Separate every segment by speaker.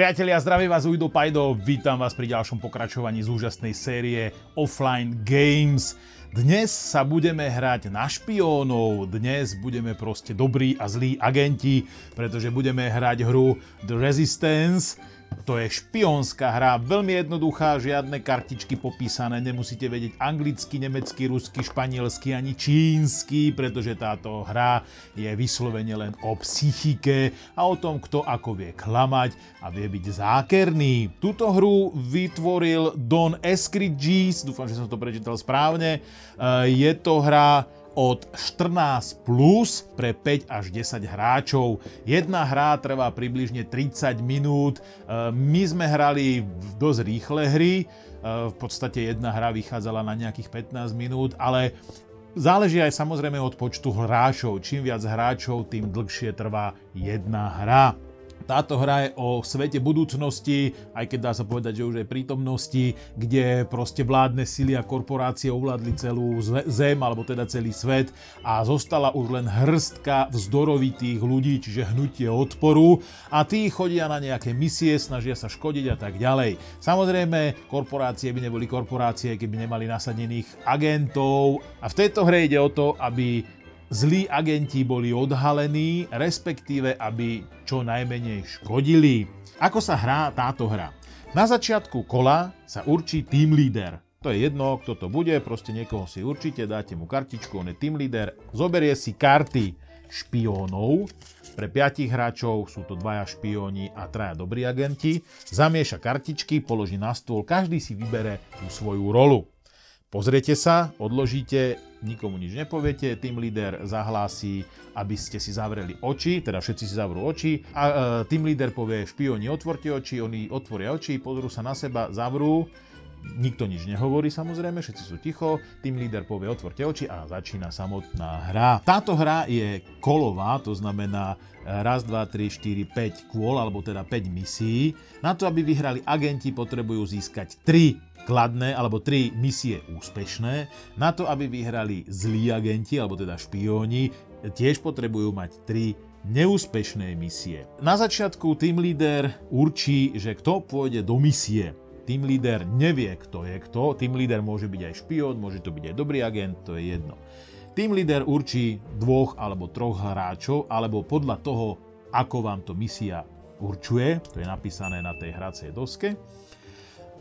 Speaker 1: Priatelia, zdravím vás, Uido Pajdo, vítam vás pri ďalšom pokračovaní z úžasnej série Offline Games. Dnes sa budeme hrať na špiónov, dnes budeme proste dobrí a zlí agenti, pretože budeme hrať hru The Resistance. To je špionská hra, veľmi jednoduchá, žiadne kartičky popísané, nemusíte vedieť anglicky, nemecky, rusky, španielsky ani čínsky, pretože táto hra je vyslovene len o psychike a o tom, kto ako vie klamať a vie byť zákerný. Túto hru vytvoril Don Eskridges, dúfam, že som to prečítal správne. E, Je to hra od 14 plus pre 5 až 10 hráčov. Jedna hra trvá približne 30 minút. E, My sme hrali v dosť rýchle hry, E, v podstate jedna hra vychádzala na nejakých 15 minút, ale záleží aj samozrejme od počtu hráčov. Čím viac hráčov, tým dlhšie trvá jedna hra. Táto hra je o svete budúcnosti, aj keď dá sa povedať, že už aj prítomnosti, kde proste vládne sily a korporácie ovládli celú zve- zem, alebo teda celý svet a zostala už len hrstka vzdorovitých ľudí, čiže hnutie odporu a tí chodia na nejaké misie, snažia sa škodiť a tak ďalej. Samozrejme, korporácie by neboli korporácie, keby nemali nasadených agentov a v tejto hre ide o to, aby zlí agenti boli odhalení, respektíve aby čo najmenej škodili. Ako sa hrá táto hra? Na začiatku kola sa určí team leader. To je jedno, kto to bude, proste niekoho si určite, dáte mu kartičku, on je team leader, zoberie si karty špiónov, pre piatich hráčov sú to dvaja špióni a traja dobrí agenti, zamieša kartičky, položí na stôl, každý si vybere tú svoju rolu. Pozriete sa, odložíte, nikomu nič nepoviete, tým líder zahlási, aby ste si zavreli oči, teda všetci si zavrú oči a e, tým líder povie špioni otvorte oči, oni otvoria oči, pozrú sa na seba, zavrú, nikto nič nehovorí samozrejme, všetci sú ticho, tým líder povie otvorte oči a začína samotná hra. Táto hra je kolová, to znamená e, raz, dva, tri, štyri, 5 kôl, alebo teda 5 misií. Na to, aby vyhrali agenti, potrebujú získať 3 kladné alebo tri misie úspešné. Na to, aby vyhrali zlí agenti alebo teda špióni, tiež potrebujú mať tri neúspešné misie. Na začiatku team leader určí, že kto pôjde do misie. Team leader nevie, kto je kto. Team leader môže byť aj špión, môže to byť aj dobrý agent, to je jedno. Team leader určí dvoch alebo troch hráčov, alebo podľa toho, ako vám to misia určuje, to je napísané na tej hracej doske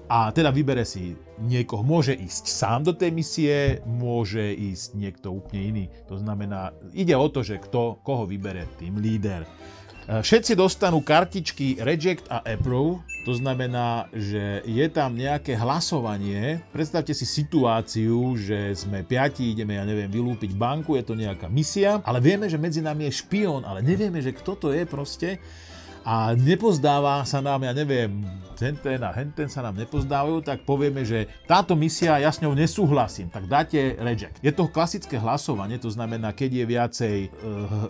Speaker 1: a teda vybere si niekoho. Môže ísť sám do tej misie, môže ísť niekto úplne iný. To znamená, ide o to, že kto, koho vybere tým líder. E, Všetci dostanú kartičky Reject a Approve, to znamená, že je tam nejaké hlasovanie. Predstavte si situáciu, že sme piati, ideme, ja neviem, vylúpiť banku, je to nejaká misia, ale vieme, že medzi nami je špión, ale nevieme, že kto to je proste a nepozdáva sa nám, ja neviem, henten a henten sa nám nepozdávajú, tak povieme, že táto misia, ja s ňou nesúhlasím, tak dáte reject. Je to klasické hlasovanie, to znamená, keď je viacej e,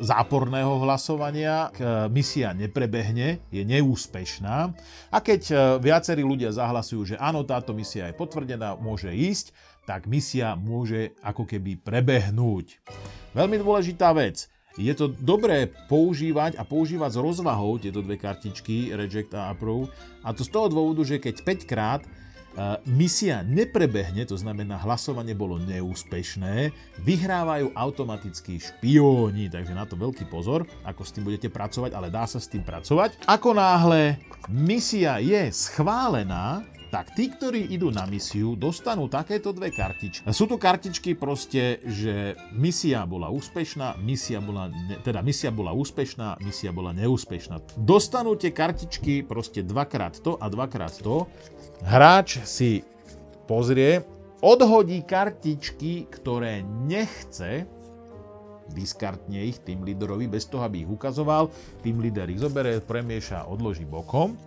Speaker 1: záporného hlasovania, k, e, misia neprebehne, je neúspešná a keď e, viacerí ľudia zahlasujú, že áno, táto misia je potvrdená, môže ísť, tak misia môže ako keby prebehnúť. Veľmi dôležitá vec. Je to dobré používať a používať s rozvahou tieto dve kartičky, Reject a Approve. A to z toho dôvodu, že keď 5 krát e, misia neprebehne, to znamená hlasovanie bolo neúspešné, vyhrávajú automaticky špióni, takže na to veľký pozor, ako s tým budete pracovať, ale dá sa s tým pracovať. Ako náhle misia je schválená, tak tí, ktorí idú na misiu, dostanú takéto dve kartičky. Sú to kartičky proste, že misia bola úspešná, misia bola, ne, teda misia bola úspešná, misia bola neúspešná. Dostanú tie kartičky proste dvakrát to a dvakrát to. Hráč si pozrie, odhodí kartičky, ktoré nechce, diskartne ich tým líderovi bez toho, aby ich ukazoval. Tým líder ich zoberie, premieša, odloží bokom.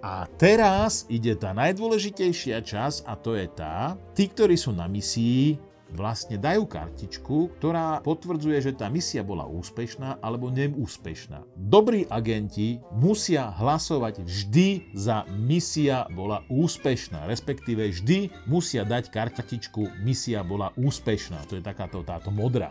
Speaker 1: A teraz ide tá najdôležitejšia časť a to je tá, tí, ktorí sú na misii, vlastne dajú kartičku, ktorá potvrdzuje, že tá misia bola úspešná alebo neúspešná. Dobrí agenti musia hlasovať vždy za misia bola úspešná, respektíve vždy musia dať kartičku misia bola úspešná. To je takáto táto modrá.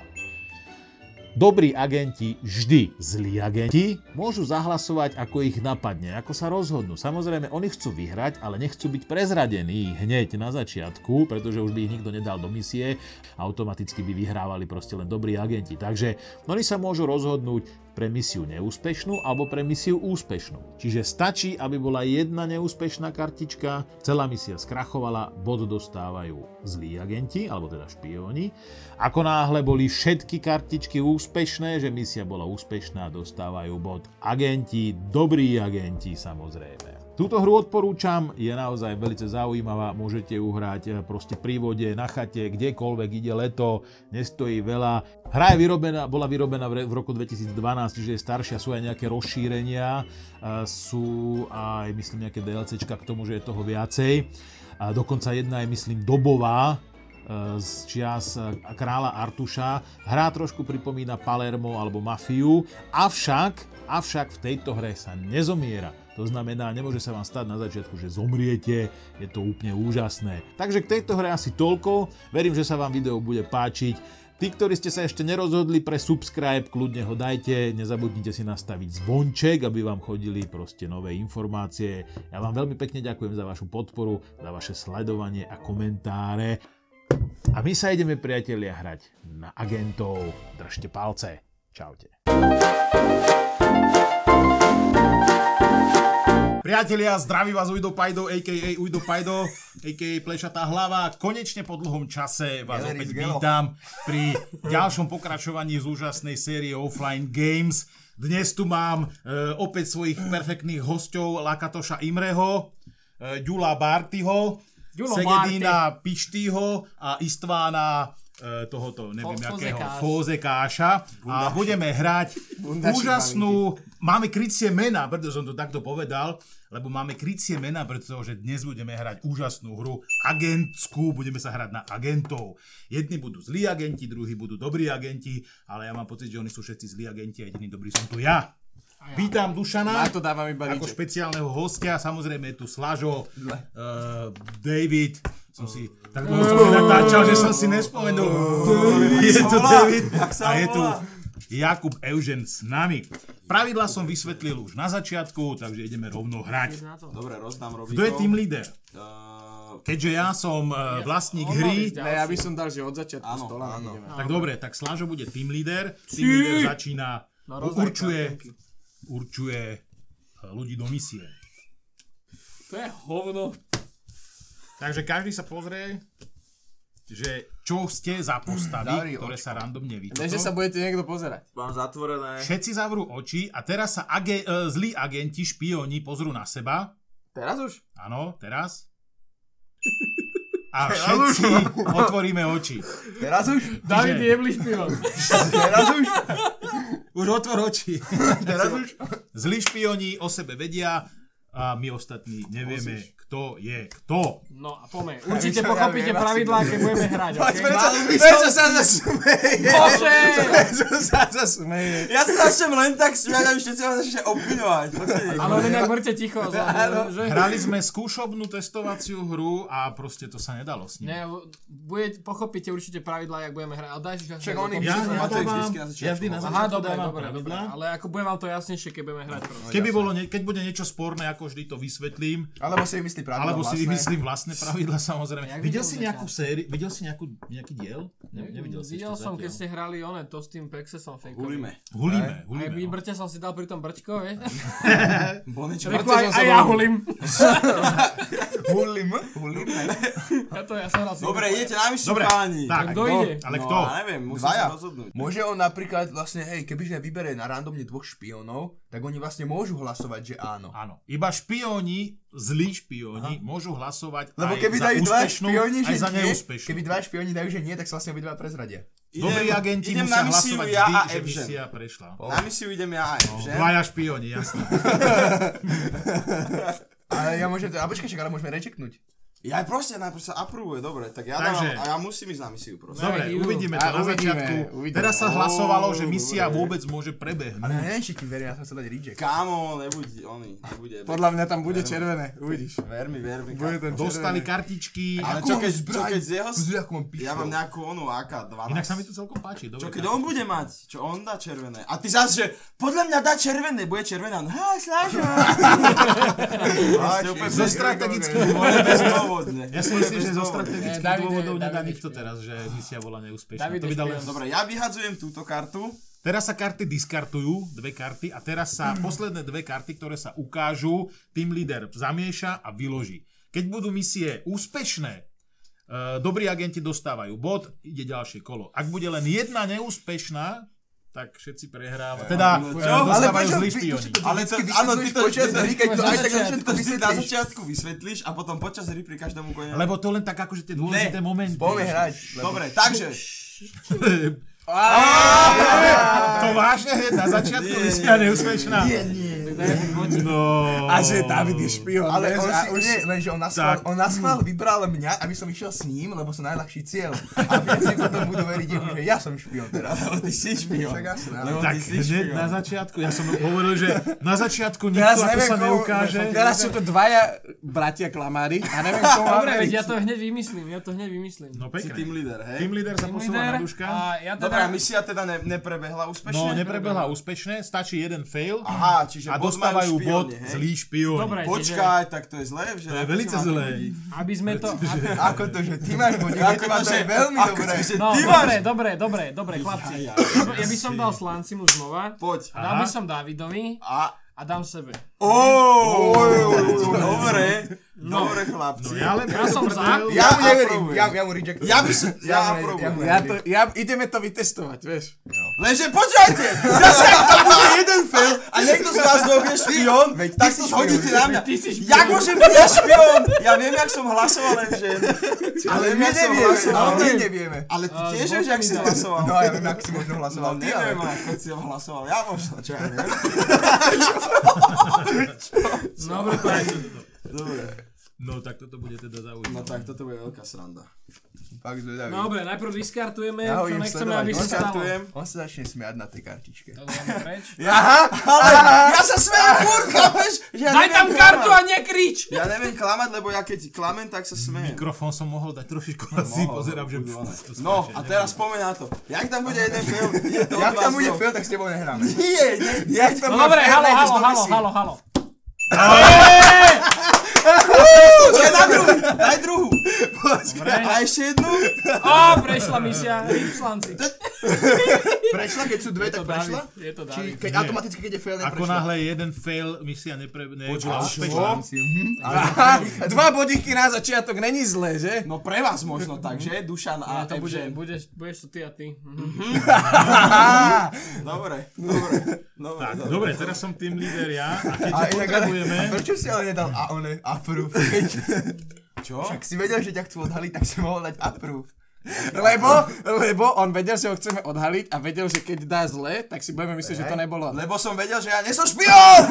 Speaker 1: Dobrí agenti, vždy zlí agenti, môžu zahlasovať, ako ich napadne, ako sa rozhodnú. Samozrejme, oni chcú vyhrať, ale nechcú byť prezradení hneď na začiatku, pretože už by ich nikto nedal do misie. Automaticky by vyhrávali proste len dobrí agenti. Takže oni sa môžu rozhodnúť, pre misiu neúspešnú alebo pre misiu úspešnú. Čiže stačí, aby bola jedna neúspešná kartička, celá misia skrachovala, bod dostávajú zlí agenti, alebo teda špióni. Ako náhle boli všetky kartičky úspešné, že misia bola úspešná, dostávajú bod agenti, dobrí agenti samozrejme. Túto hru odporúčam, je naozaj veľmi zaujímavá, môžete ju hrať eh, proste pri vode, na chate, kdekoľvek ide leto, nestojí veľa. Hra je vyrobená, bola vyrobená v re- v roku 2012, čiže je staršia, sú aj nejaké rozšírenia, eh, sú aj myslím nejaké DLCčka k tomu, že je toho viacej. A dokonca jedna je myslím dobová, eh, z čias eh, kráľa Artuša. Hra trošku pripomína Palermo alebo Mafiu, avšak, avšak v tejto hre sa nezomiera. To znamená, nemôže sa vám stať na začiatku, že zomriete, je to úplne úžasné. Takže k tejto hre asi toľko, verím, že sa vám video bude páčiť. Tí, ktorí ste sa ešte nerozhodli pre subscribe, kľudne ho dajte, nezabudnite si nastaviť zvonček, aby vám chodili proste nové informácie. Ja vám veľmi pekne ďakujem za vašu podporu, za vaše sledovanie a komentáre. A my sa ideme, priatelia, hrať na agentov. Držte palce. Čaute. Priatelia, zdraví vás Udo Pajdo, a.k.a. Udo Pajdo, a.k.a. Plešatá hlava. Konečne po dlhom čase vás
Speaker 2: Galerie
Speaker 1: opäť
Speaker 2: z Gelo.
Speaker 1: vítam pri ďalšom pokračovaní z úžasnej série Offline Games. Dnes tu mám e, opäť svojich perfektných hostov Lakatoša Imreho, e, Ďula Bartyho,
Speaker 3: Ďulo
Speaker 1: Segedína Pištyho a Istvána e, tohoto, neviem,
Speaker 3: Fo-
Speaker 1: jakého,
Speaker 3: Fozekáš.
Speaker 1: Fozekáša. A budeme hrať
Speaker 2: Bundaši
Speaker 1: úžasnú, máme krycie mena, preto som to takto povedal, lebo máme krycie mena, pretože dnes budeme hrať úžasnú hru agentskú, budeme sa hrať na agentov. Jedni budú zlí agenti, druhí budú dobrí agenti, ale ja mám pocit, že oni sú všetci zlí agenti a jediný dobrý som tu ja. Vítam Dušana.
Speaker 2: Na to dávam iba
Speaker 1: Ako
Speaker 2: víček.
Speaker 1: špeciálneho hostia, samozrejme je tu Slažo, uh, David, som si tak dlho som natáčal, že som si nespomenul. Je tu David a je tu Jakub Eugen s nami. Pravidla som vysvetlil už na začiatku, takže ideme rovno hrať.
Speaker 2: Dobre, rozdám Robíkov.
Speaker 1: Kto je tým líder?
Speaker 2: Eh,
Speaker 1: Keďže ja som eh, vlastník
Speaker 3: on mal
Speaker 1: hry,
Speaker 3: ísť
Speaker 4: Ne, ja by som dal, že od začiatku
Speaker 2: Áno,
Speaker 4: stola
Speaker 2: áno.
Speaker 4: ideme.
Speaker 1: tak dobre, tak Slažo bude tým líder. Tým líder začína, určuje, určuje eh, ľudí do misie.
Speaker 3: To je hovno.
Speaker 1: Takže každý sa pozrie, že čo ste za postavy,
Speaker 2: Dobrý
Speaker 1: ktoré sa randomne
Speaker 2: No
Speaker 4: Ne, že sa
Speaker 1: vytvoria.
Speaker 4: budete niekto pozerať.
Speaker 2: Mám zatvorené.
Speaker 1: Všetci zavrú oči a teraz sa age, e, zlí agenti, špioni pozrú na seba.
Speaker 4: Teraz už?
Speaker 1: Áno, teraz. A všetci otvoríme oči.
Speaker 2: Teraz už?
Speaker 3: David je blízko.
Speaker 2: Teraz už?
Speaker 1: Už otvor oči.
Speaker 2: Teraz už?
Speaker 1: Zlí špioni o sebe vedia a my ostatní nevieme, kto je kto.
Speaker 3: No a poďme.
Speaker 2: Ja
Speaker 3: Určite
Speaker 2: by-
Speaker 3: pochopíte
Speaker 2: ja by-
Speaker 3: pravidlá, keď budeme hrať, ok?
Speaker 2: Prečo sa zasmeje?
Speaker 3: Bože!
Speaker 2: Prečo sa zasmeje? Ja sa začnem len tak smiať, aby všetci vás začne obvinovať. Počkej.
Speaker 3: Ale len ak mŕte ticho. za- Že...
Speaker 1: Hrali sme skúšobnú testovaciu hru a proste to sa nedalo s ním.
Speaker 3: Ne, bude, pochopíte určite pravidlá, jak budeme hrať. Ale daj si čas.
Speaker 4: Však
Speaker 3: na
Speaker 4: oni-
Speaker 3: to-
Speaker 1: Ja, ja,
Speaker 2: že
Speaker 4: Myslím,
Speaker 2: to je
Speaker 1: dávam,
Speaker 2: vždycky na začiatku.
Speaker 1: ja vždy na
Speaker 2: Aha,
Speaker 3: Aha,
Speaker 1: začiatku
Speaker 3: dobre,
Speaker 1: dávam
Speaker 3: dobre, dobre.
Speaker 1: pravidlá.
Speaker 3: Ale ako bude vám to jasnejšie, keď budeme hrať proste.
Speaker 1: Keby bolo, nie- keď bude niečo sporné, ako vždy to vysvetlím,
Speaker 4: No,
Speaker 2: Alebo si vymyslí pravdu.
Speaker 1: alebo si vymyslím vlastné pravidla samozrejme.
Speaker 3: Jak
Speaker 1: Videl
Speaker 3: videl
Speaker 1: si
Speaker 3: zatiaľ?
Speaker 1: nejakú sériu, videl si nejakú, nejaký diel? Ne, nevidel si
Speaker 3: Videl
Speaker 1: ešte
Speaker 3: som, keď
Speaker 1: zatiaľ.
Speaker 3: ste hrali one, to s tým Pexesom fejkovým.
Speaker 2: Hulíme.
Speaker 1: Hulíme,
Speaker 3: Aj
Speaker 1: hulíme. no.
Speaker 3: brte som si dal pri tom brčko, vieš?
Speaker 2: Bonečo.
Speaker 3: Rýchlo, aj,
Speaker 4: som sa
Speaker 3: aj ja
Speaker 4: bol-
Speaker 3: hulím.
Speaker 2: Hulím? Hulíme.
Speaker 3: Ja to, ja som raz...
Speaker 2: Dobre, idete na myšu,
Speaker 1: Dobre,
Speaker 2: páni.
Speaker 1: tak,
Speaker 3: Kto
Speaker 1: kto?
Speaker 3: ide?
Speaker 1: Ale
Speaker 2: No,
Speaker 1: kto?
Speaker 2: ja neviem, musím
Speaker 4: Dvaja.
Speaker 2: sa rozhodnúť.
Speaker 4: Môže on napríklad vlastne, hej, kebyže vybere na randomne dvoch špionov, tak oni vlastne môžu hlasovať, že áno.
Speaker 1: Áno. Iba špioni, zlí špioni, môžu hlasovať
Speaker 4: Lebo
Speaker 1: aj
Speaker 4: keby
Speaker 1: za
Speaker 4: dajú dva
Speaker 1: úspešnú,
Speaker 4: špioni,
Speaker 1: aj
Speaker 4: že
Speaker 1: za
Speaker 4: nie,
Speaker 1: neúspešnú.
Speaker 4: keby dva špioni dajú, že nie, tak sa vlastne obidva prezradia.
Speaker 1: Dobrí
Speaker 2: Idem-
Speaker 1: agenti
Speaker 2: idem
Speaker 1: musia
Speaker 2: na misiu
Speaker 1: hlasovať
Speaker 2: ja
Speaker 1: vždy,
Speaker 2: a No.
Speaker 1: že
Speaker 2: Evžen.
Speaker 1: misia prešla.
Speaker 2: Na misiu idem ja aj, že?
Speaker 1: Dvaja špioni, jasné.
Speaker 4: Ale ja môžem to, a počkaj, však, ale môžeme rečeknúť.
Speaker 2: Ja proste najprv sa aprobuje, dobre, tak ja
Speaker 1: Takže-
Speaker 2: dávam, a ja musím ísť na misiu proste.
Speaker 1: Dobre,
Speaker 3: you.
Speaker 1: uvidíme to
Speaker 4: A
Speaker 1: na
Speaker 4: uvidíme,
Speaker 1: začiatku.
Speaker 4: uvidíme.
Speaker 1: Teraz sa
Speaker 4: Ó,
Speaker 1: hlasovalo, že misia
Speaker 4: dobre.
Speaker 1: vôbec môže prebehnúť.
Speaker 4: Ale ja neviem, či ti verím, ja som chcel dať reject.
Speaker 2: Kámo, nebuď, oni, nebude.
Speaker 4: Podľa mňa tam bude červené, uvidíš.
Speaker 2: Ver mi, ver mi.
Speaker 4: Bude
Speaker 2: kámo.
Speaker 4: ten
Speaker 1: Dostali
Speaker 4: červené.
Speaker 1: kartičky.
Speaker 2: Ale
Speaker 4: Akú
Speaker 2: čo
Speaker 4: mám
Speaker 2: keď,
Speaker 4: zbraň?
Speaker 2: čo keď z jeho...
Speaker 4: Pozri, ako mám pištol.
Speaker 2: Ja mám nejakú onu AK-12.
Speaker 1: Inak sa mi to celkom páči. Dobre,
Speaker 2: Čo keď on bude mať? Čo on dá červené? A ty zase, že podľa mňa dá červené, bude červená. No, Hej, slážo. Proste úplne
Speaker 1: Zo
Speaker 2: bez-
Speaker 1: strategických
Speaker 2: úplne bezdôvodne.
Speaker 1: Ja si myslím, že zo
Speaker 2: Bezdôvodne.
Speaker 1: strategických
Speaker 3: Davide,
Speaker 1: dôvodov nedá
Speaker 3: Davide,
Speaker 1: nikto teraz, že misia bola neúspešná.
Speaker 3: Davide,
Speaker 1: To by dalo-
Speaker 3: špionom.
Speaker 2: Dobre, ja vyhadzujem túto kartu.
Speaker 1: Teraz sa karty diskartujú, dve karty, a teraz sa posledné dve karty, ktoré sa ukážu, tým líder zamieša a vyloží. Keď budú misie úspešné, e, dobrí agenti dostávajú bod, ide ďalšie kolo. Ak bude len jedna neúspešná, tak všetci prehrávajú. Teda e,
Speaker 2: Čo? Ale
Speaker 1: dostávajú
Speaker 4: prečo-
Speaker 1: zlí
Speaker 4: prečo-
Speaker 1: špioni.
Speaker 4: To
Speaker 2: Ale to,
Speaker 4: vždycky
Speaker 2: áno, ty
Speaker 4: vysvetľuješ
Speaker 2: to,
Speaker 4: počas hry, keď to aj tak na
Speaker 2: ty to
Speaker 4: všetko
Speaker 2: vždy na
Speaker 4: vysvetlíš.
Speaker 2: začiatku vysvetlíš a potom počas hry prikáš tomu koniec.
Speaker 1: Lebo to len tak akože tie dôležité
Speaker 2: Ne,
Speaker 1: momenty.
Speaker 4: Poďme hrať.
Speaker 2: Dobre, takže,
Speaker 1: to vážne hneď na začiatku
Speaker 2: Nie,
Speaker 1: misia neúspešná. No.
Speaker 4: A že David je špion. Ale
Speaker 2: vieš,
Speaker 4: on
Speaker 2: a
Speaker 4: si,
Speaker 2: už-
Speaker 4: nie, lenže on naschvál,
Speaker 1: Tak.
Speaker 4: on naschvál vybral mňa, aby som išiel s ním, lebo som najľahší cieľ. A všetci potom budú veriť jemu, že ja som špion teraz.
Speaker 2: lebo ty si špion.
Speaker 4: Však jasné, ale-
Speaker 2: Lebo
Speaker 1: Tak
Speaker 2: ty si
Speaker 1: hneď
Speaker 2: špion.
Speaker 1: na začiatku, ja som hovoril, že na začiatku nikto
Speaker 4: Teraz
Speaker 1: ako
Speaker 4: neviem,
Speaker 1: sa
Speaker 4: komu-
Speaker 1: neukáže.
Speaker 5: Teraz sú to dvaja bratia klamári a neviem, komu mám
Speaker 3: Dobre, veď
Speaker 5: veriť.
Speaker 3: ja to hneď vymyslím, ja to hneď vymyslím.
Speaker 1: No
Speaker 2: Si team
Speaker 1: pekne.
Speaker 2: leader, hej?
Speaker 1: Team leader sa
Speaker 3: Team
Speaker 1: posúva na
Speaker 3: leader
Speaker 1: duška.
Speaker 3: A ja teda...
Speaker 2: Dobre, a misia teda ne, neprebehla
Speaker 1: No,
Speaker 2: úspešne?
Speaker 1: neprebehla úspešne, stačí jeden fail
Speaker 2: Aha, čiže
Speaker 1: a
Speaker 2: bod
Speaker 1: dostávajú
Speaker 2: majú
Speaker 1: bod
Speaker 2: špioni, hej?
Speaker 1: zlí špioni.
Speaker 3: Dobre.
Speaker 2: Počkaj, tak to je zlé, že?
Speaker 1: To je velice zlé. No,
Speaker 3: aby sme to... aby-
Speaker 4: Ako to, že ty máš bodík,
Speaker 2: Ako
Speaker 4: to
Speaker 2: to,
Speaker 4: má to
Speaker 2: že-
Speaker 4: je veľmi
Speaker 2: ako
Speaker 4: dobré.
Speaker 2: to, že
Speaker 3: No,
Speaker 2: ty máš...
Speaker 3: dobre, dobre, dobre, dobre, chlapci.
Speaker 2: Ja, ja,
Speaker 3: Ja by som dal Slancimu znova,
Speaker 2: Poď.
Speaker 3: dal
Speaker 1: Aha.
Speaker 3: by som Davidovi
Speaker 2: A...
Speaker 3: a dám sebe.
Speaker 2: Oh, dobre.
Speaker 1: No
Speaker 2: Dobre, chlapci.
Speaker 1: ja len
Speaker 3: Ja som za.
Speaker 4: Ja mu
Speaker 2: Ja
Speaker 4: neverím,
Speaker 2: aprobujem.
Speaker 4: ja, ja mu
Speaker 1: No.
Speaker 4: rejectujem.
Speaker 2: Ja by som... Ja
Speaker 4: mu ne-
Speaker 2: aprobujem.
Speaker 4: mu
Speaker 5: Ja
Speaker 4: neverím.
Speaker 5: to, ja, ideme to vytestovať, vieš.
Speaker 2: Lenže počkajte, zase ak tam bude jeden fail a niekto z vás dvoch je špion,
Speaker 4: Veď ty
Speaker 2: tak
Speaker 4: si
Speaker 2: to
Speaker 4: špion.
Speaker 2: zhodíte na mňa.
Speaker 3: Ty si špion.
Speaker 2: Jak môžem byť ja špion? Ja viem, jak som hlasoval, lenže...
Speaker 4: Ale
Speaker 2: Ale
Speaker 4: my
Speaker 2: ja som
Speaker 4: nevieme, ale
Speaker 2: hlasoval.
Speaker 4: my nevieme.
Speaker 2: Ale ty
Speaker 3: A
Speaker 2: tiež
Speaker 3: s
Speaker 2: vieš, jak si
Speaker 3: botmi
Speaker 2: hlasoval.
Speaker 4: No ja viem, ak si možno
Speaker 2: No,
Speaker 4: hlasoval.
Speaker 2: ty
Speaker 4: ty, ale-
Speaker 2: neviem, ako si tam hlasoval. Ja možno, čo ja neviem.
Speaker 3: No, Dobre,
Speaker 2: Dobre.
Speaker 1: No tak toto bude teda
Speaker 2: No
Speaker 1: zaujímavé.
Speaker 2: tak, toto bude veľká sranda.
Speaker 4: Fakt zvedavý.
Speaker 3: No, dobre, najprv diskartujeme,
Speaker 4: Ja
Speaker 3: čo
Speaker 4: ho idem
Speaker 3: nechceme,
Speaker 4: sledovať.
Speaker 3: aby sa stalo. No,
Speaker 2: Odštartujem.
Speaker 4: On sa začne smiať na tej kartičke.
Speaker 3: To dáme preč.
Speaker 2: Ja, ale ja sa smejem furt, chápeš? Ja
Speaker 3: Daj
Speaker 2: neviem
Speaker 3: tam
Speaker 2: klamať.
Speaker 3: kartu a nekrič!
Speaker 2: Ja neviem klamať, lebo ja keď klamem, tak sa smejem.
Speaker 1: Mikrofón som mohol dať trošičku na si, pozerám, že...
Speaker 2: Kurva.
Speaker 1: to
Speaker 2: No,
Speaker 1: skáče, neviem.
Speaker 2: a teraz spomeň na to. Jak tam bude jeden fail? Je to od
Speaker 4: Jak tam
Speaker 2: vás
Speaker 4: bude
Speaker 2: dvoch.
Speaker 4: fail, tak s tebou nehráme.
Speaker 2: Nie, nie, nie.
Speaker 3: No dobre,
Speaker 4: fair,
Speaker 3: halo,
Speaker 4: ideš
Speaker 3: halo,
Speaker 4: do
Speaker 3: halo,
Speaker 4: misie.
Speaker 3: halo, halo.
Speaker 2: Počkaj, daj druhú, daj druhú. Počkaj, a ešte jednu.
Speaker 3: Á, prešla misia, Ripslanci.
Speaker 4: Prešla, keď sú dve,
Speaker 3: Je to
Speaker 4: tak
Speaker 3: David,
Speaker 4: prešla?
Speaker 3: je to
Speaker 4: Či
Speaker 3: David.
Speaker 4: keď
Speaker 1: Nie.
Speaker 4: automaticky, keď je fail,
Speaker 1: Ako
Speaker 4: neprešla?
Speaker 1: náhle jeden fail, misia nepre... Ne,
Speaker 2: Počkaj, čo?
Speaker 1: úspešná.
Speaker 4: Mhm.
Speaker 5: Dva bodíky na začiatok, není zlé, že?
Speaker 2: No pre vás možno No, tak, že? Dušan
Speaker 3: A
Speaker 2: a
Speaker 3: to bude,
Speaker 2: Evžen.
Speaker 3: budeš, budeš to ty a ty. Mhm.
Speaker 2: Dobre, dobre, dobre.
Speaker 1: Tak, dobre, teraz som tým líder ja a keď
Speaker 4: A
Speaker 1: ťa
Speaker 4: inak,
Speaker 1: potrebujeme...
Speaker 4: ale- prečo si ale nedal a one, approve? Keď
Speaker 2: Čo?
Speaker 4: však si vedel, že ťa chcú odhaliť, tak si mohol dať approve.
Speaker 5: Lebo, lebo on vedel, že ho chceme odhaliť a vedel, že keď dá zle, tak si budeme myslieť, že to nebolo.
Speaker 2: Lebo som vedel, že ja nesom špion!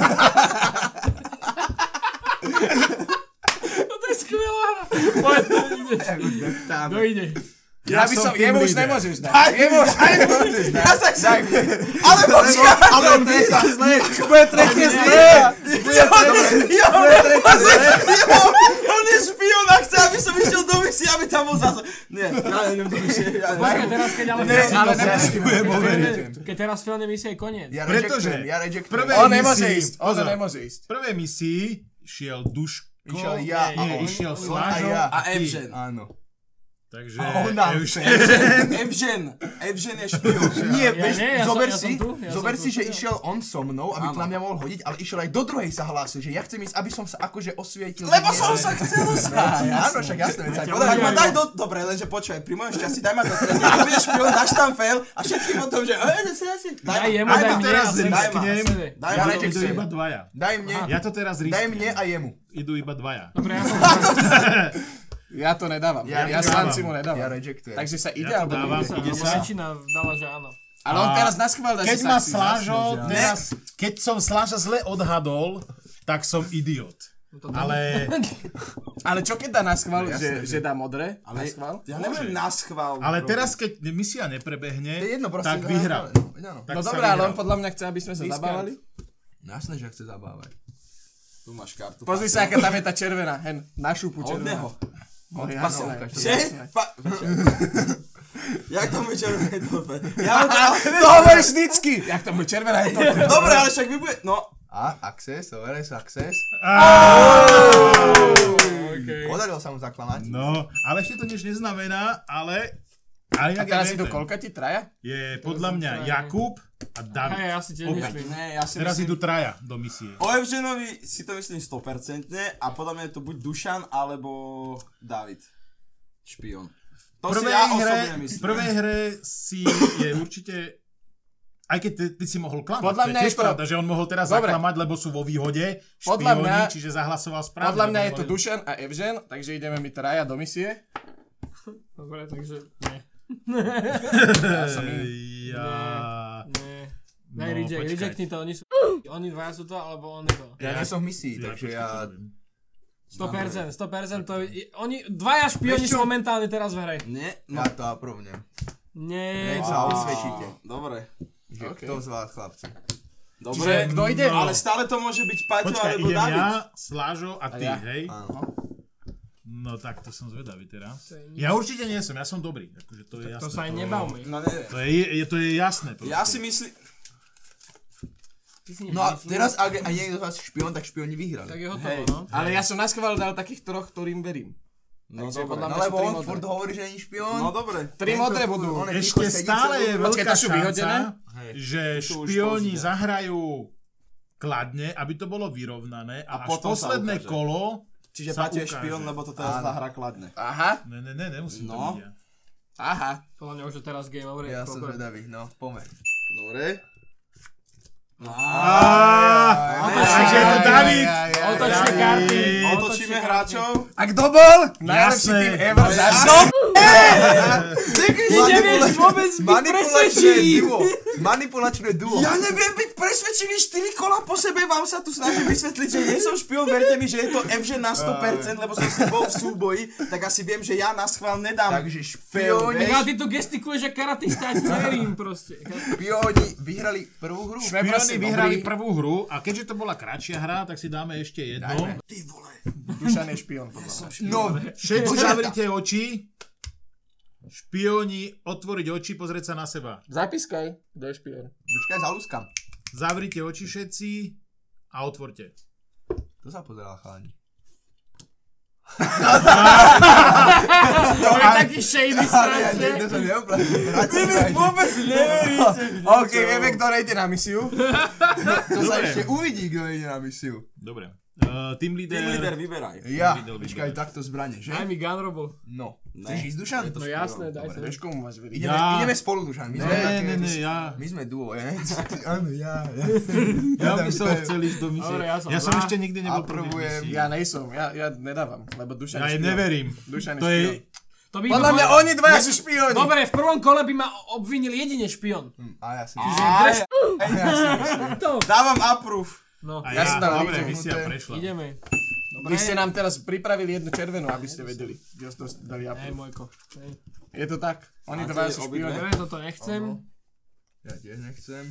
Speaker 3: No To je skvelá hra. Poď, to ideš. No Kto ide?
Speaker 5: Ja, by
Speaker 1: som
Speaker 5: som,
Speaker 1: tým
Speaker 5: jemu už
Speaker 1: líder.
Speaker 5: nemôžeš dať.
Speaker 4: Jemu, jemu,
Speaker 2: Ja sa chcem... Ale počkaj!
Speaker 4: ale on vedel,
Speaker 5: Zlé, bude tretie zlé.
Speaker 2: On je špion! On je špion! On je špion a chce, aby som išiel do misie, aby tam bol zase... Nie, ja idem do misie. ja idem.
Speaker 3: Počkaj, teraz keď ale...
Speaker 4: Ne, ale
Speaker 5: to
Speaker 4: nemôžeš.
Speaker 1: Potrebujem
Speaker 3: Keď
Speaker 1: overiť.
Speaker 3: failne- Keď teraz failne misia je koniec.
Speaker 4: Ja
Speaker 1: Pretože
Speaker 4: rejectujem, ja rejectujem.
Speaker 1: prvé
Speaker 5: On
Speaker 1: nemôže
Speaker 5: nemôže
Speaker 1: ísť,
Speaker 5: ísť, on
Speaker 1: pozor.
Speaker 5: nemôže ísť.
Speaker 1: V prvej misii šiel Duško...
Speaker 4: Išiel ja a
Speaker 1: Nie,
Speaker 4: on.
Speaker 1: išiel
Speaker 4: On
Speaker 1: Slážo
Speaker 4: a ja.
Speaker 2: A
Speaker 1: ty.
Speaker 2: Evžen.
Speaker 4: Áno.
Speaker 1: Takže...
Speaker 4: A ona.
Speaker 1: Evžen.
Speaker 2: Evžen. Evžen je špion.
Speaker 4: Nie,
Speaker 3: Ja
Speaker 4: vieš,
Speaker 3: nie, ja som-
Speaker 4: zober
Speaker 3: ja som
Speaker 4: si,
Speaker 3: tu, ja
Speaker 4: zober
Speaker 3: som
Speaker 4: si,
Speaker 3: tu,
Speaker 4: že
Speaker 3: ja.
Speaker 4: išiel on so mnou, aby
Speaker 2: Áno.
Speaker 4: na mňa mohol hodiť, ale išiel aj do druhej sa hlásil, že ja chcem ísť, aby som sa akože osvietil.
Speaker 2: Lebo
Speaker 4: Nie,
Speaker 2: som
Speaker 4: nie.
Speaker 2: sa chcel
Speaker 4: Á,
Speaker 2: srať.
Speaker 4: Áno, však jasné, veď sa aj
Speaker 2: Tak
Speaker 4: podarilo.
Speaker 2: ma daj do... Dobre, lenže počkaj, pri mojom šťastí daj ma do... Ak budeš špion, dáš tam fail a všetky potom, že... "Ej, to si asi-" Daj
Speaker 3: Daj
Speaker 2: ma.
Speaker 3: jemu,
Speaker 1: Aj
Speaker 3: daj
Speaker 1: to
Speaker 3: mne
Speaker 1: teraz
Speaker 3: a sebe.
Speaker 1: risknem.
Speaker 3: A sebe.
Speaker 2: Daj
Speaker 4: Ja
Speaker 2: ma do...
Speaker 4: reček
Speaker 1: Idú
Speaker 4: Sebe.
Speaker 1: iba dvaja.
Speaker 4: Daj mne,
Speaker 1: Ja to teraz
Speaker 4: daj
Speaker 1: risknem.
Speaker 4: mne a jemu.
Speaker 1: Idú iba dvaja.
Speaker 3: Dobre, ja som...
Speaker 5: Ja to nedávam.
Speaker 4: Ja
Speaker 5: Ja, ja
Speaker 4: nedávam.
Speaker 5: slanci mu
Speaker 4: Ja
Speaker 5: nedávam.
Speaker 4: rejectujem.
Speaker 5: Takže sa ide,
Speaker 1: Ja to dávam,
Speaker 5: alebo nejde?
Speaker 1: ide
Speaker 3: Lebo
Speaker 1: sa.
Speaker 3: väčšina dala, že áno.
Speaker 5: Ale on
Speaker 1: A
Speaker 5: teraz naschvál, dá,
Speaker 1: Keď
Speaker 5: že
Speaker 1: ma
Speaker 5: sa chce
Speaker 1: Slážo
Speaker 5: zasnúť,
Speaker 1: teraz, keď som Sláža zle odhadol, tak som idiot. Ale,
Speaker 5: Ale čo keď dá na schvál,
Speaker 4: No jasné,
Speaker 5: že, že dá modré?
Speaker 2: Ale
Speaker 5: na schvál?
Speaker 2: ja neviem na schvál.
Speaker 1: ale
Speaker 2: bro.
Speaker 1: teraz, keď misia
Speaker 4: To je
Speaker 1: neprebehne,
Speaker 4: jedno, proste.
Speaker 1: tak vyhrá.
Speaker 4: Áno.
Speaker 1: Tak
Speaker 5: No
Speaker 1: sa
Speaker 5: dobré, ale
Speaker 1: vyhrá.
Speaker 5: on podľa mňa chce, aby sme sa
Speaker 4: Discard.
Speaker 5: zabávali.
Speaker 4: Jasné, že chce zabávať.
Speaker 2: Tu máš kartu.
Speaker 5: Pozri sa, aká tam je tá červená, hen, na šupu
Speaker 2: Od
Speaker 5: červená.
Speaker 2: neho.
Speaker 5: Od
Speaker 4: pasov.
Speaker 2: Že? Pa... Jak to bude červené dobre? Ja mám to ale...
Speaker 5: To hovoríš vždycky! Jak tam bude červená, je to
Speaker 2: Dobre, ale však vy bude... No,
Speaker 4: A, access, overaj sa access.
Speaker 3: Okay.
Speaker 4: Podarilo sa mu zaklamať.
Speaker 1: No, ale ešte to nič neznamená, ale... Ale
Speaker 5: A
Speaker 1: inak ja
Speaker 5: teraz idú
Speaker 1: neviem.
Speaker 5: koľka ti, traja?
Speaker 1: Je podľa mňa
Speaker 3: traja.
Speaker 1: Jakub a David.
Speaker 3: Hej, ja si tiež
Speaker 1: Opäť.
Speaker 3: myslím.
Speaker 2: ne, ja si
Speaker 1: Teraz
Speaker 2: myslím...
Speaker 1: idú traja do misie.
Speaker 2: O Evženovi no, si to myslím 100% a podľa mňa je to buď Dušan alebo David. Špion. To si ja osobne
Speaker 1: v
Speaker 2: myslím.
Speaker 1: prvej hre si je určite... Aj keď ty, ty si mohol klamať,
Speaker 5: Podľa
Speaker 1: to je
Speaker 5: mňa
Speaker 1: tiež
Speaker 5: je to-
Speaker 1: pravda, že on mohol teraz
Speaker 5: Dobre.
Speaker 1: zaklamať, lebo sú vo výhode
Speaker 5: Podľa
Speaker 1: špioni,
Speaker 5: mňa-
Speaker 1: čiže zahlasoval správne.
Speaker 5: Podľa mňa je
Speaker 1: lebo
Speaker 5: to
Speaker 1: boli-
Speaker 5: Dušan a Evžen, takže ideme my traja do misie.
Speaker 3: Dobre, takže nie.
Speaker 5: Ja som iný.
Speaker 1: Ja...
Speaker 3: Nie.
Speaker 1: No,
Speaker 3: Ne, reject,
Speaker 1: počkaj.
Speaker 3: rejectni to, oni sú... Oni dvaja sú to, alebo on je to.
Speaker 4: Ja nie som v misii, takže
Speaker 1: počkaj,
Speaker 4: ja...
Speaker 1: to neviem.
Speaker 3: 100%, 100% to je, oni, dvaja špioni sú momentálne teraz v hre.
Speaker 2: Nie, no.
Speaker 4: Ja to aprovnem.
Speaker 3: Nie,
Speaker 4: Nech
Speaker 3: to-
Speaker 4: sa osvedčíte.
Speaker 2: Dobre.
Speaker 4: Že
Speaker 5: OK.
Speaker 4: Kto z vás, chlapci?
Speaker 2: Dobre,
Speaker 5: Čiže kto ide?
Speaker 1: No.
Speaker 2: ale stále to môže byť Paťo
Speaker 1: Počkaj,
Speaker 2: alebo
Speaker 1: idem
Speaker 2: David.
Speaker 1: ja, Slážo a ty,
Speaker 5: ja.
Speaker 1: hej?
Speaker 4: Áno.
Speaker 1: No tak to som zvedavý teraz.
Speaker 3: To je nič.
Speaker 1: Ja určite nie som, ja som dobrý. Akože to je jasné.
Speaker 3: to sa aj nebavme.
Speaker 2: No neviem.
Speaker 1: To je, je, to je jasné. Proste.
Speaker 2: Ja si myslím...
Speaker 3: Ty si
Speaker 4: No a
Speaker 3: nemyslíš.
Speaker 4: teraz, ak aj niekto z vás špion, tak špioni vyhrali.
Speaker 3: Tak je hotovo,
Speaker 2: Hej.
Speaker 3: no.
Speaker 5: Ale ja som na schvál dal takých troch, ktorým verím.
Speaker 2: No
Speaker 5: Takže
Speaker 2: dobre.
Speaker 5: podľa
Speaker 4: No
Speaker 5: mňa sú
Speaker 4: lebo
Speaker 5: tri
Speaker 4: on
Speaker 5: modré.
Speaker 4: furt hovorí, že není
Speaker 2: No
Speaker 4: špion.
Speaker 2: dobre.
Speaker 5: Tri
Speaker 4: Tento
Speaker 5: modré
Speaker 4: tu,
Speaker 5: budú.
Speaker 4: on je
Speaker 1: Ešte
Speaker 4: ticho, sedí
Speaker 1: stále
Speaker 4: celú
Speaker 1: je
Speaker 4: dobu.
Speaker 5: Počkaj,
Speaker 1: veľká
Speaker 5: to sú vyhodené?
Speaker 1: šanca,
Speaker 2: Hej.
Speaker 1: že
Speaker 2: Sú už
Speaker 1: špioni
Speaker 2: použité.
Speaker 1: zahrajú kladne, aby to bolo vyrovnané a,
Speaker 2: A
Speaker 1: až
Speaker 2: potom sa
Speaker 1: posledné
Speaker 2: ukáže.
Speaker 1: kolo
Speaker 2: Čiže
Speaker 1: sa
Speaker 2: Paťo je
Speaker 1: ukáže.
Speaker 2: špion, lebo to teraz
Speaker 4: Áno.
Speaker 2: tá hra kladne.
Speaker 5: Aha,
Speaker 1: Ne, ne, ne, nemusím to
Speaker 2: No.
Speaker 1: byť ja.
Speaker 5: aha.
Speaker 3: Podľa mňa už je teraz game over.
Speaker 4: Ja
Speaker 3: koľko
Speaker 4: som
Speaker 3: je?
Speaker 4: zvedavý, no, pomer.
Speaker 2: Dobre. No.
Speaker 1: Takže je to
Speaker 5: Aj,
Speaker 1: David!
Speaker 5: aj, aj, aj,
Speaker 3: Otočte
Speaker 5: aj.
Speaker 3: karty.
Speaker 2: Otočíme hráčov.
Speaker 5: A kto bol? No, Najlepší
Speaker 1: Jasné.
Speaker 5: tým ever za
Speaker 3: Ty nevieš vôbec byť
Speaker 4: Manipulačné
Speaker 3: presvedčivý.
Speaker 4: duo. Manipulačné duo.
Speaker 2: Ja neviem byť presvedčivý 4 kola po sebe, vám sa tu snažím vysvetliť, že nie som špion, verte mi, že je to Evže na 100%, lebo som s tebou v súboji, tak asi viem, že ja na schvál nedám.
Speaker 4: Takže
Speaker 2: Fail,
Speaker 4: špioni,
Speaker 3: Ja ty tu gestikuluješ ako karatista, ja ti neverím proste.
Speaker 4: špioni vyhrali prvú hru.
Speaker 5: Šme,
Speaker 1: Špioni
Speaker 5: prosím,
Speaker 1: vyhrali
Speaker 5: dobrý.
Speaker 1: prvú hru a keďže to bola kratšia hra, tak si dáme ešte jedno.
Speaker 4: Dajme.
Speaker 2: Ty vole.
Speaker 5: Dušan je špion, podľa mňa.
Speaker 4: No,
Speaker 1: Všetci zavrite oči. Špioni, otvoriť oči, pozrieť sa na seba.
Speaker 5: Zapískaj, kto je špion.
Speaker 4: počkaj, zalúskam.
Speaker 1: Zavrite oči všetci a otvorte.
Speaker 4: To sa pozeral chalani.
Speaker 3: To je taký shady strašne.
Speaker 4: to sa neoplatí.
Speaker 2: Ty mi vôbec neveríte.
Speaker 5: OK, vieme, kto nejde na misiu.
Speaker 4: To sa
Speaker 1: Dobre.
Speaker 4: ešte uvidí, kto ide na misiu.
Speaker 1: Dobre. Uh, team leader.
Speaker 2: Team leader, vyberaj.
Speaker 4: Ja,
Speaker 1: Videl, videl.
Speaker 4: počkaj, takto zbranie, že?
Speaker 3: Daj mi gun robo.
Speaker 4: No.
Speaker 2: Ne.
Speaker 4: Chceš ísť, Dušan?
Speaker 2: to
Speaker 3: No jasné, daj sa.
Speaker 5: Vieš, komu máš veriť?
Speaker 4: Ideme,
Speaker 1: Ja.
Speaker 4: ideme spolu, Dušan. My sme
Speaker 1: Ne,
Speaker 4: také-
Speaker 1: ne, ne, ja...
Speaker 4: My sme duo, je? Áno, ja.
Speaker 1: Ja by som chcel ísť do misie.
Speaker 3: Dobre, ja som
Speaker 1: ja som
Speaker 3: za.
Speaker 1: ešte nikdy nebol prvý v
Speaker 4: Aprobujem.
Speaker 1: misii.
Speaker 5: Ja nejsom, ja, ja nedávam, lebo Dušan
Speaker 1: Ja
Speaker 5: je
Speaker 1: jej
Speaker 5: špion.
Speaker 1: neverím.
Speaker 5: Dušan je
Speaker 1: To je...
Speaker 5: špion.
Speaker 3: To by
Speaker 5: Podľa mňa oni dvaja sú špioni.
Speaker 4: No.
Speaker 3: Dobre, v prvom kole by ma obvinil jedine špion.
Speaker 4: A ja si...
Speaker 2: Aj,
Speaker 3: To.
Speaker 2: Dávam approve.
Speaker 3: No,
Speaker 1: A
Speaker 5: Ja som tam
Speaker 1: dobre,
Speaker 5: vyťahnuté.
Speaker 1: misia prešla.
Speaker 3: ideme.
Speaker 5: Vy ste nám teraz pripravili jednu červenú, aby ste vedeli. Ja som to dali
Speaker 3: Hej,
Speaker 5: approve.
Speaker 3: Mojko. Hej.
Speaker 5: Je to tak? Oni
Speaker 2: Máte
Speaker 5: dvaja sú
Speaker 2: obidve?
Speaker 5: špioni.
Speaker 3: Dobre, toto nechcem.
Speaker 4: Ja tiež nechcem.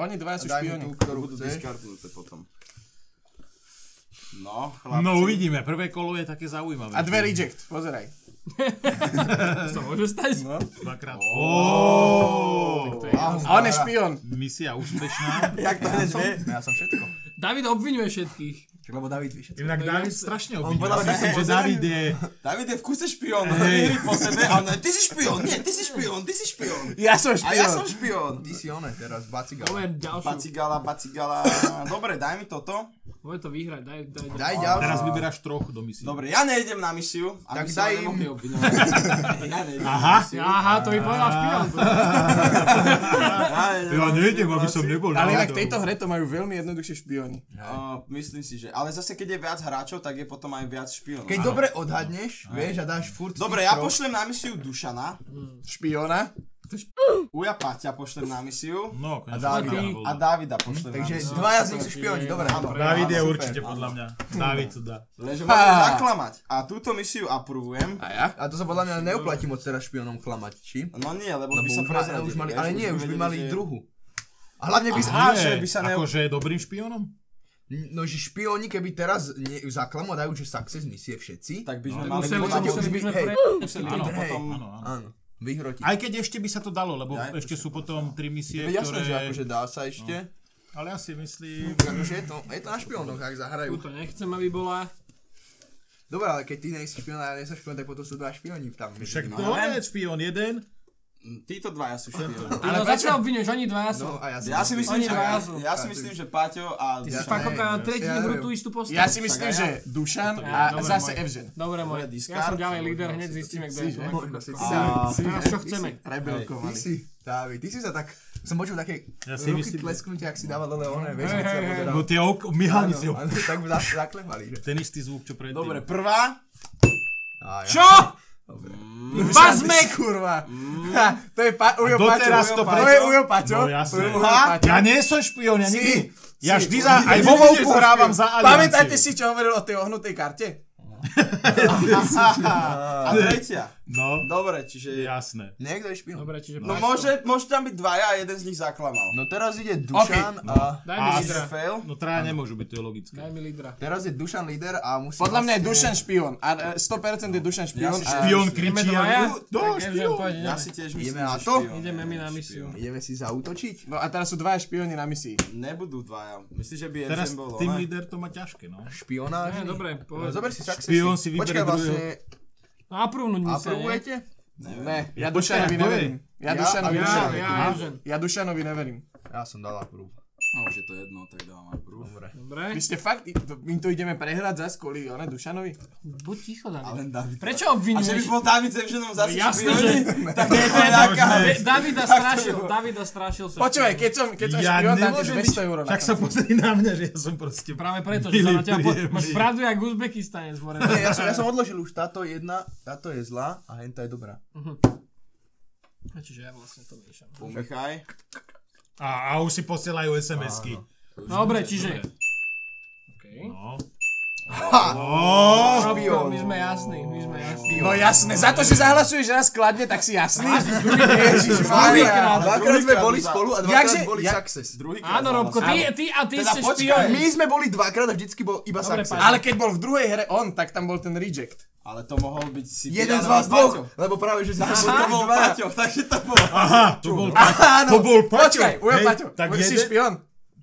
Speaker 5: Oni dvaja sú
Speaker 4: Daj mi
Speaker 5: špioni.
Speaker 4: tú, ktorú
Speaker 2: Budú
Speaker 4: chceš.
Speaker 2: diskardnuté potom. No, chlapci.
Speaker 1: No uvidíme, prvé kolo je také zaujímavé.
Speaker 5: A dve reject, pozeraj.
Speaker 3: To môže stať.
Speaker 5: No.
Speaker 1: Dvakrát. Ó.
Speaker 3: To je jasné.
Speaker 5: A on je špion.
Speaker 1: Misia úspešná.
Speaker 2: Jak to hneď vie?
Speaker 4: No, Ja som všetko.
Speaker 3: David obvinuje všetkých.
Speaker 4: Čak, Lebo David vie všetko.
Speaker 1: Inak
Speaker 3: To je
Speaker 1: David
Speaker 3: jasné.
Speaker 1: strašne
Speaker 4: podľa
Speaker 1: obvinil.
Speaker 4: mňa
Speaker 1: Myslím,
Speaker 4: sa
Speaker 1: že
Speaker 4: pozerá.
Speaker 1: David je...
Speaker 2: David je v kuse špion, on hey. po sebe a on, ty si špion, nie, ty si špion, ty si špion.
Speaker 5: Ja som
Speaker 2: A ja som špion.
Speaker 5: špion.
Speaker 4: Ty si one teraz, baciga.
Speaker 3: Poviem ďalšiu.
Speaker 2: Bacigala, bacigala. Dobre, daj mi toto.
Speaker 3: Poviem to vyhrať, daj, daj, daj.
Speaker 4: Daj ďalšiu.
Speaker 1: Teraz vyberáš trochu do misie.
Speaker 2: Dobre, ja nejdem na misiu, aby
Speaker 4: Tak
Speaker 2: sa ma
Speaker 4: daj im.
Speaker 2: nemohli obviňovať. Ja nejdem
Speaker 1: Aha.
Speaker 2: na misiu.
Speaker 3: Aha, to mi povedal špion.
Speaker 1: Ja
Speaker 2: Ja nejdem na
Speaker 1: nejdem,
Speaker 2: misiu,
Speaker 1: aby som
Speaker 2: chlapci.
Speaker 1: nebol.
Speaker 5: Ale
Speaker 1: náhodou.
Speaker 5: inak v tejto hre to majú veľmi jednoduchšie špioni.
Speaker 2: Uh, myslím si, že. Ale zase, keď je viac hráčov, tak je potom aj viac špionov.
Speaker 4: Keď dobre odhadneš, vieš, a dáš furt...
Speaker 2: Dobre,
Speaker 4: tých
Speaker 2: ja
Speaker 4: troch.
Speaker 2: pošlem na misiu Dušana.
Speaker 5: Špiona.
Speaker 2: Uja Paťa pošlem na misiu.
Speaker 1: No, konečne.
Speaker 2: A
Speaker 1: Dávida
Speaker 2: Dávida,
Speaker 3: Hm.
Speaker 1: bol.
Speaker 2: a Dávida pošlem
Speaker 4: Hm, Takže
Speaker 2: na misiu.
Speaker 4: dvaja z nich sú špioni, No, dobre.
Speaker 1: Dávid je
Speaker 4: Super.
Speaker 1: určite podľa mňa. Dávid to dá.
Speaker 2: Lenže môžem zaklamať. A túto misiu apruvujem.
Speaker 5: A ja?
Speaker 4: A to sa podľa mňa neuplatí moc teraz špionom klamať, či?
Speaker 2: No nie, lebo
Speaker 4: Lebo
Speaker 2: by sa
Speaker 4: už, ma,
Speaker 2: prezradili.
Speaker 4: už mali,
Speaker 2: vieš,
Speaker 4: ale nie, už by
Speaker 2: vedeli,
Speaker 4: mali
Speaker 2: že-
Speaker 4: druhu. A hlavne by sa...
Speaker 2: Aha. že by sa ne-
Speaker 1: Akože je dobrým špionom?
Speaker 4: No, že špioni, keby teraz ne, zaklamú a dajú, že success misie všetci,
Speaker 2: Tak by sme mali...
Speaker 3: No, Museli,
Speaker 4: podstate
Speaker 3: museli
Speaker 4: už
Speaker 3: by
Speaker 4: by-
Speaker 3: sme
Speaker 4: hej.
Speaker 3: pre...
Speaker 2: museli
Speaker 1: Áno,
Speaker 4: hej.
Speaker 2: potom...
Speaker 1: Áno, áno.
Speaker 4: áno, vyhroti.
Speaker 1: Aj keď ešte by sa to dalo, lebo
Speaker 2: Ja,
Speaker 1: ešte sú potom tri misie,
Speaker 4: No Jasné,
Speaker 1: ktoré...
Speaker 4: že akože dá sa ešte.
Speaker 1: Ale ja si myslím...
Speaker 4: Akože je to, je to na špionoch, ak zahrajú.
Speaker 3: To nechcem, aby bola.
Speaker 4: Dobre, ale keď ty nejsi špion a ja nie som špion, tak potom sú dva špioni tam. No. medzi
Speaker 1: Však
Speaker 4: nimi.
Speaker 1: to je špion jeden.
Speaker 2: Títo dvaja sú špioni.
Speaker 3: Ty ale prečo no, obvinuješ? Oni dvaja sú.
Speaker 4: No, a ja som...
Speaker 2: Ja si myslím,
Speaker 3: Oni
Speaker 2: že,
Speaker 3: dvaja
Speaker 2: ja,
Speaker 3: sú.
Speaker 2: ja si myslím, že Paťo a...
Speaker 3: Ty si
Speaker 2: Dušan-
Speaker 3: fakt
Speaker 4: hej,
Speaker 3: na tretinu
Speaker 4: ja
Speaker 3: hru tú
Speaker 4: neviem.
Speaker 3: istú postavu.
Speaker 5: Ja si myslím,
Speaker 2: Tak a ja?
Speaker 5: že Dušan
Speaker 1: Ja,
Speaker 5: a
Speaker 1: dobre,
Speaker 5: zase
Speaker 1: môj.
Speaker 5: Evžen.
Speaker 3: Dobre, môj.
Speaker 2: Dobre,
Speaker 3: Ja som
Speaker 2: discard,
Speaker 3: ďalej
Speaker 2: dobre,
Speaker 3: líder,
Speaker 2: dobre,
Speaker 3: hneď
Speaker 2: si to
Speaker 3: zistíme, kto
Speaker 4: si,
Speaker 3: je
Speaker 4: že?
Speaker 3: tvoj.
Speaker 4: Možno si
Speaker 3: A
Speaker 4: si-
Speaker 3: Teraz čo chceme?
Speaker 4: Ty
Speaker 5: Rebelkovali.
Speaker 4: si, Dávid, ty si sa tak... Som počul také
Speaker 1: Ja si
Speaker 4: ruky
Speaker 1: myslím-
Speaker 4: klesknutia, ak si dával dole oné
Speaker 3: Hej,
Speaker 4: väznice.
Speaker 3: hej, hej.
Speaker 1: No tie ok- myhalnice. ok-
Speaker 4: Tak mu za- zaklepali. že?
Speaker 1: Ten istý zvuk, čo predtým.
Speaker 2: Dobre, prvá.
Speaker 4: Á, ja.
Speaker 3: Čo? Bazmek!
Speaker 4: Kurva.
Speaker 5: Ha, to je pa- Ujo Paťo.
Speaker 1: doteraz to
Speaker 5: Ujo Paťo.
Speaker 1: preto-
Speaker 5: To je Ujo Paťo.
Speaker 1: No jasné.
Speaker 5: To je Ujo
Speaker 1: Ha?
Speaker 5: Paťo.
Speaker 1: Ja nie som špion, ja
Speaker 5: Si.
Speaker 1: nikdy... Ja
Speaker 5: Si.
Speaker 1: vždy za... Aj
Speaker 5: Nikdy
Speaker 1: vo
Speaker 5: nie
Speaker 1: Vovku
Speaker 5: som
Speaker 1: hrávam
Speaker 5: špion.
Speaker 1: za Alianciu.
Speaker 5: Pamätajte si, čo hovoril o tej ohnutej karte?
Speaker 2: A tretia.
Speaker 1: No,
Speaker 2: Dobre, čiže...
Speaker 1: jasné.
Speaker 4: Niekto je špion.
Speaker 3: Dobre, čiže
Speaker 2: No
Speaker 3: Paťo.
Speaker 2: môže, môže tam byť dvaja a jeden z nich zaklamal.
Speaker 4: No teraz ide Dušan a...
Speaker 3: Daj mi
Speaker 1: A-
Speaker 3: lídra.
Speaker 2: Fail.
Speaker 1: No traja nemôžu byť, to je logické.
Speaker 3: Daj mi lídra.
Speaker 4: Teraz je Dušan líder a musí...
Speaker 5: Podľa mňa je Dušan špion. A e, 100% je Dušan špion.
Speaker 2: si
Speaker 5: a-
Speaker 1: Špion
Speaker 3: Ideme
Speaker 1: kričí.
Speaker 3: dvaja?
Speaker 1: ale- No,
Speaker 3: Tak Evžen,
Speaker 1: špion.
Speaker 2: Ja
Speaker 3: poď, ideme.
Speaker 2: si tiež
Speaker 4: Ideme
Speaker 2: myslím,
Speaker 4: na
Speaker 2: že
Speaker 4: to?
Speaker 2: špion.
Speaker 3: Ideme my na misiu.
Speaker 4: Ideme si zautočiť?
Speaker 5: No a teraz sú dvaja špioni na misii.
Speaker 2: Nebudú dvaja. Myslíš, že by
Speaker 1: Teraz
Speaker 2: Evžen bol
Speaker 1: tým
Speaker 2: ona?
Speaker 1: líder to má ťažké, no.
Speaker 4: Špionáž?
Speaker 3: Ne, dobre, povedz.
Speaker 4: Zober si successy.
Speaker 1: Špion si vybere
Speaker 4: Počkaj, vlastne...
Speaker 3: No a prúvnuť
Speaker 4: A
Speaker 3: misia, nie?
Speaker 4: probujete?
Speaker 5: Ne,
Speaker 1: počkaj,
Speaker 5: ja
Speaker 1: a
Speaker 5: Dušanovi
Speaker 1: kto je?
Speaker 5: neverím.
Speaker 4: Ja
Speaker 5: Ja Dušanovi
Speaker 4: a
Speaker 3: Ja,
Speaker 5: neverím.
Speaker 3: ja, Evžen.
Speaker 5: Ja Dušanovi neverím.
Speaker 4: Ja som dal approve.
Speaker 2: No už je to jedno, tak dávam aj prúf.
Speaker 4: Dobre.
Speaker 3: Dobre.
Speaker 5: Vy ste fakt, my to ideme prehrať zase kvôli one Dušanovi?
Speaker 3: Buď ticho,
Speaker 2: Ale
Speaker 3: David.
Speaker 2: David.
Speaker 3: Prečo
Speaker 2: A že by
Speaker 3: obvinuješ?
Speaker 2: bol David s Evženom zase
Speaker 3: No jasné,
Speaker 2: špion? Tak to je to nejaká...
Speaker 3: Da- Davida strašil, Davida strašil som.
Speaker 5: Počúvaj, keď som, keď som špion, dám ti 200 eur na
Speaker 1: Tak sa pozri na mňa, že ja som proste...
Speaker 3: Práve preto, že sa na teba... po-
Speaker 1: Príjemný.
Speaker 3: Máš pravdu, jak Uzbekistanec, more.
Speaker 4: Nie, ja, som, ja som odložil už táto jedna, táto je zlá a henta je dobrá.
Speaker 3: Čiže ja vlastne to miešam.
Speaker 2: Pomichaj.
Speaker 1: A, a už si posielajú SMS-ky.
Speaker 3: No, Dobre, čiže... Okej.
Speaker 1: No.
Speaker 3: No. Špion, my sme jasní, my sme jasní.
Speaker 5: No jasné, za to, že zahlasuješ raz kladne, tak si jasný.
Speaker 4: Dvakrát, dvakrát sme
Speaker 2: Druhýkrát
Speaker 4: boli
Speaker 2: za-
Speaker 4: spolu a
Speaker 5: Jakže-
Speaker 4: dvakrát boli
Speaker 5: ja-
Speaker 4: success.
Speaker 2: Druhýkrát.
Speaker 3: Áno, Robko, ty, ty a ty ste
Speaker 4: Teda Počkaj,
Speaker 3: špioni.
Speaker 4: my sme boli dvakrát a vždycky bol iba
Speaker 3: Dobre,
Speaker 4: success.
Speaker 3: pán.
Speaker 5: Ale keď bol v druhej hre on, tak tam bol ten reject.
Speaker 2: Ale to mohol byť si ty,
Speaker 4: Jeden z
Speaker 2: alebo
Speaker 4: vás
Speaker 2: Paťo.
Speaker 4: dvoch, lebo práve, že si
Speaker 2: To
Speaker 4: to
Speaker 2: bol
Speaker 4: bol
Speaker 2: Paťo, takže to bol.
Speaker 1: Aha, to bol...
Speaker 5: Áno,
Speaker 1: To bol Paťo,
Speaker 5: Počkaj, Ujo
Speaker 1: hej,
Speaker 5: Paťo,
Speaker 1: tak
Speaker 5: si
Speaker 1: jeden-
Speaker 5: špion.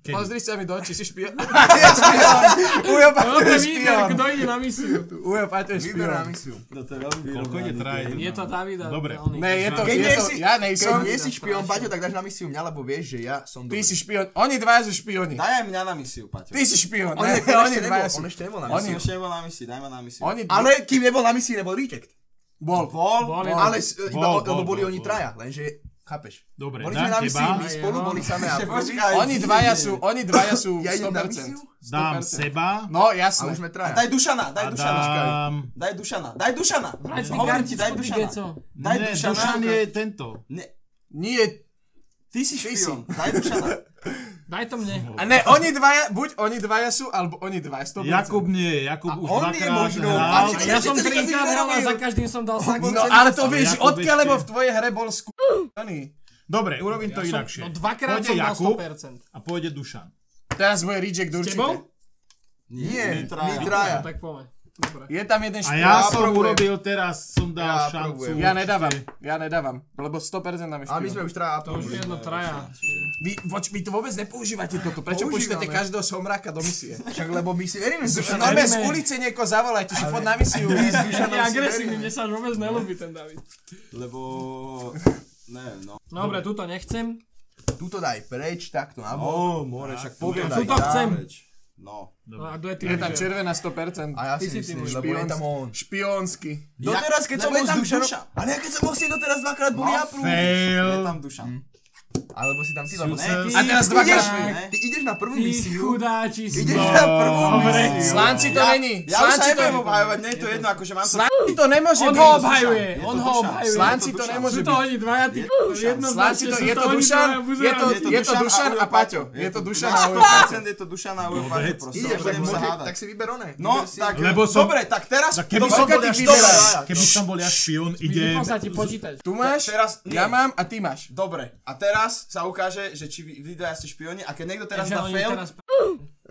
Speaker 1: Kedy?
Speaker 5: Pozri sa mi do očí, si špion. Ujo
Speaker 3: Dobre,
Speaker 5: Paťo No, je
Speaker 3: vidíte,
Speaker 5: špion.
Speaker 3: kto ide na misiu.
Speaker 5: Ujo Paťo je
Speaker 4: Výber na
Speaker 5: špion.
Speaker 4: misiu.
Speaker 2: No to je veľmi
Speaker 1: Koľko je traje?
Speaker 3: Je to Davida.
Speaker 1: Dobre.
Speaker 3: oný.
Speaker 5: Ne, je to,
Speaker 4: Keď
Speaker 5: je
Speaker 4: nie
Speaker 5: to,
Speaker 4: si-
Speaker 5: ja nejsom.
Speaker 4: Keď nie si špion, Paťo, tak dáš na misiu mňa, lebo vieš, že ja som
Speaker 5: Ty
Speaker 4: dobrý.
Speaker 5: si špion, oni dvaja sú špioni.
Speaker 2: Daj aj mňa na misiu, Paťo.
Speaker 5: Ty si špion,
Speaker 4: On,
Speaker 5: ne,
Speaker 4: je, on, ešte
Speaker 5: oni
Speaker 4: nebol,
Speaker 5: dvaja sú.
Speaker 4: on ešte nebol na
Speaker 5: Oni-
Speaker 2: Som
Speaker 4: misii.
Speaker 2: ešte nebol na misiu, daj ma na misiu.
Speaker 5: Oni
Speaker 4: Ale kým nebol na misii, nebol reject.
Speaker 5: bol.
Speaker 2: Bol?
Speaker 3: Boli-
Speaker 4: Ale s- iba,
Speaker 1: Bol,
Speaker 4: o-
Speaker 1: bol,
Speaker 4: lebo boli
Speaker 1: bol,
Speaker 4: oni
Speaker 1: bol.
Speaker 4: traja, lenže chápeš.
Speaker 1: Dobre,
Speaker 4: Boli
Speaker 1: dám
Speaker 4: sme na
Speaker 1: teba,
Speaker 4: misii, my spolu
Speaker 3: Ja.
Speaker 4: boli samé a
Speaker 2: no. Počkaj.
Speaker 5: Oni dvaja sú, oni dvaja sú
Speaker 4: Ja idem na
Speaker 5: 100%.
Speaker 4: misiu?
Speaker 1: dám
Speaker 5: 100%.
Speaker 1: seba
Speaker 5: No
Speaker 4: A
Speaker 5: jasné.
Speaker 4: už sme traja.
Speaker 2: Daj Dušana, daj
Speaker 1: a
Speaker 2: Dušana.
Speaker 1: dám...
Speaker 2: Daj Dušana, daj Dušana.
Speaker 3: Vrať si
Speaker 2: Hovorím ti,
Speaker 3: kartičku,
Speaker 2: daj
Speaker 3: ty
Speaker 2: Dušana.
Speaker 3: geco.
Speaker 2: Daj
Speaker 1: Ne,
Speaker 2: Dušana.
Speaker 1: Dušan je tento.
Speaker 2: Ne,
Speaker 5: Nie.
Speaker 2: ty si
Speaker 5: si.
Speaker 2: špion, daj Dušana.
Speaker 3: Daj to mne.
Speaker 5: A ne, oni dvaja, buď oni dvaja sú, alebo oni dvaja, 100%.
Speaker 1: Jakub nie, Jakub už
Speaker 4: on je
Speaker 1: dvakrát
Speaker 4: možno-
Speaker 1: hral.
Speaker 4: A-
Speaker 3: Ja som
Speaker 4: Ešte celý
Speaker 3: trikrát
Speaker 4: každý
Speaker 3: hral a
Speaker 4: hral.
Speaker 3: za každým som dal sak.
Speaker 5: No ale to
Speaker 1: Ale
Speaker 5: vieš,
Speaker 1: Jakub
Speaker 5: odkiaľ,
Speaker 1: ešte-
Speaker 5: lebo v tvojej hre bol skúšaný.
Speaker 1: Dobre, urobím to inakšie.
Speaker 3: No dvakrát
Speaker 1: Pôjde
Speaker 3: som dal
Speaker 1: Jakub
Speaker 3: 100%.
Speaker 1: a pôjde Dušan.
Speaker 5: Teraz bude reject určite.
Speaker 3: Tebou?
Speaker 2: my
Speaker 4: Nie,
Speaker 2: traja.
Speaker 4: my traja.
Speaker 3: Tak poďme. Dobre.
Speaker 5: Je tam jeden
Speaker 1: A
Speaker 5: špion. No,
Speaker 1: ja som
Speaker 4: aprobujem.
Speaker 1: urobil teraz, som dal
Speaker 4: Ja
Speaker 1: šancu.
Speaker 4: aprobujem.
Speaker 5: Ja nedávam, ja nedávam, lebo 100% nám je
Speaker 4: A my sme
Speaker 5: špion.
Speaker 4: už traja.
Speaker 3: To už je jedno traja.
Speaker 5: Vy, voč, vy to vôbec nepoužívate toto, prečo
Speaker 4: Používame.
Speaker 5: počítate každého somráka do misie?
Speaker 4: Však lebo my si veríme.
Speaker 5: No
Speaker 4: Dušana.
Speaker 5: ale z ulice niekoho zavolajte, že pod na misiu.
Speaker 3: Je agresívny, mne sa vôbec nelúbi ten David.
Speaker 2: Lebo... Neviem, no.
Speaker 3: Dobre, túto nechcem.
Speaker 4: Tuto daj preč, takto na bok.
Speaker 2: Ó, more, však poviem.
Speaker 4: daj
Speaker 3: Tuto chcem.
Speaker 2: No.
Speaker 3: No a kto je ty?
Speaker 5: Je tam červená 100%.
Speaker 4: A ja
Speaker 3: Ty
Speaker 4: si
Speaker 3: si
Speaker 4: myslím,
Speaker 3: tým
Speaker 4: lebo je tam on.
Speaker 5: Špionsky.
Speaker 4: Doteraz, keď som
Speaker 2: lebo je
Speaker 4: bol s
Speaker 2: tam
Speaker 4: Dušanom...
Speaker 2: Dušan.
Speaker 4: Ale ja keď som bol s ním doteraz dvakrát boli
Speaker 2: No,
Speaker 4: aprúv.
Speaker 2: Je
Speaker 1: Fail.
Speaker 2: tam Dušan.
Speaker 4: Alebo si tam ty, No. lebo
Speaker 2: Ne,
Speaker 4: ne,
Speaker 2: ty
Speaker 4: ty,
Speaker 3: A teraz
Speaker 4: ty
Speaker 3: dvakrát
Speaker 4: ideš,
Speaker 3: mi.
Speaker 2: ne.
Speaker 4: ty ideš na prvú
Speaker 3: Ty
Speaker 4: misiu,
Speaker 3: chudáči
Speaker 4: ideš
Speaker 3: sme.
Speaker 2: No.
Speaker 4: na prvú
Speaker 3: Dobre.
Speaker 4: misiu.
Speaker 5: Slánci to není.
Speaker 2: Ja už sa
Speaker 5: Slánci to
Speaker 2: nebudem obhajovať, mne je to jedno, akože mám sa...
Speaker 5: Slánci to nemôže
Speaker 3: On
Speaker 5: byť.
Speaker 3: ho obhajuje,
Speaker 2: Je to
Speaker 3: on ho
Speaker 2: duša.
Speaker 3: obhajuje.
Speaker 5: Slánci to
Speaker 3: Sú
Speaker 5: nemôže
Speaker 3: to
Speaker 5: byť.
Speaker 3: oni dvaja, ty
Speaker 5: Slánci
Speaker 3: jednoznačne
Speaker 5: to,
Speaker 3: sú
Speaker 5: je to
Speaker 3: oni
Speaker 5: Dušan,
Speaker 3: dvaja
Speaker 5: je to,
Speaker 3: buzeráni.
Speaker 5: je to Dušan a Paťo. Je to Dušan a Ujo.
Speaker 2: 100% je to duša na Európate, proste.
Speaker 4: Ideš, tak,
Speaker 2: Budem sa
Speaker 4: môže,
Speaker 2: hádať.
Speaker 4: tak si vyber one.
Speaker 2: No,
Speaker 4: Vyber si-
Speaker 2: tak,
Speaker 1: Lebo som-
Speaker 2: dobre, tak teraz...
Speaker 1: Tak keby
Speaker 2: dobre,
Speaker 1: som bol
Speaker 5: Koľko
Speaker 1: ja
Speaker 5: ty
Speaker 1: špion,
Speaker 5: vyberáš?
Speaker 1: keby som bol ja špion, ide...
Speaker 3: Idem sa ti počítať.
Speaker 5: Tu máš,
Speaker 2: Teraz nie.
Speaker 5: ja mám a ty máš.
Speaker 2: Dobre, a teraz sa ukáže, že či vy, vy dvaja ste špioni a keď niekto teraz
Speaker 3: Takže
Speaker 2: dá
Speaker 3: oni
Speaker 2: fail,
Speaker 3: teraz p-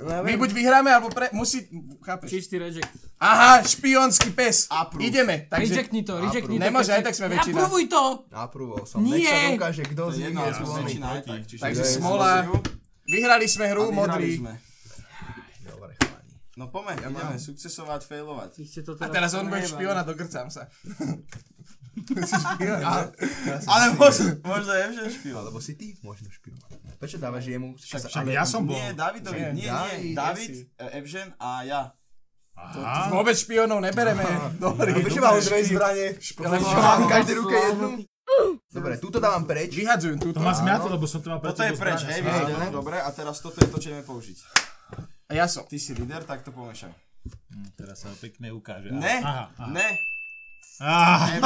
Speaker 5: My buď vyhráme, alebo pre... Musí... Chápeš?
Speaker 3: čistý reject.
Speaker 5: Aha, špionský pes.
Speaker 2: Approve.
Speaker 5: Ideme. Takže
Speaker 3: Rejectni to, rejectni to.
Speaker 5: nemôže,
Speaker 3: keď
Speaker 5: aj tak
Speaker 3: si-
Speaker 5: sme väčšina.
Speaker 3: Aprovuj to!
Speaker 4: Aproval som. Nech sa
Speaker 3: Nie.
Speaker 4: ukáže, kto z nich
Speaker 2: jedno,
Speaker 4: je
Speaker 2: ja som
Speaker 4: zvolený.
Speaker 2: väčšina aj tak. čiže-
Speaker 5: Takže
Speaker 2: Ja som
Speaker 5: smola.
Speaker 2: zvolil
Speaker 5: vyhrali sme
Speaker 2: a
Speaker 5: hru,
Speaker 2: vyhrali
Speaker 5: modrý.
Speaker 2: sme.
Speaker 4: Dobre, chalani.
Speaker 2: No poďme, ideme, sukcesovať, failovať.
Speaker 3: Ty ste to
Speaker 5: A teraz on bude špiona, dogrcám sa.
Speaker 2: Ale možno, možno je že špion.
Speaker 4: Alebo si ty možno špion. Prečo dávaš jemu?
Speaker 1: Však ja som bol.
Speaker 2: Nie, Davidovi,
Speaker 5: Nie,
Speaker 2: nie, nie,
Speaker 5: David,
Speaker 2: David, Evžen a ja.
Speaker 1: Aha.
Speaker 5: Vôbec špionov nebereme. Dobrý.
Speaker 4: Prečo mám dve zbranie?
Speaker 5: Lebo
Speaker 4: Mám v každej ruke jednu. Dobre, túto dávam preč.
Speaker 5: Vyhadzujem túto.
Speaker 1: To ma zmiatlo, lebo som to mal pred
Speaker 2: Toto je
Speaker 1: sebou
Speaker 2: preč,
Speaker 1: zbraň.
Speaker 2: hej, vidíte, no, dobre, a teraz toto je to, čo ideme použiť.
Speaker 5: A ja som.
Speaker 2: Ty si líder, tak to pomiešam.
Speaker 1: Teraz sa pekne ukáže.
Speaker 2: Ne,
Speaker 1: Aha, aha.
Speaker 2: ne,
Speaker 1: Ah,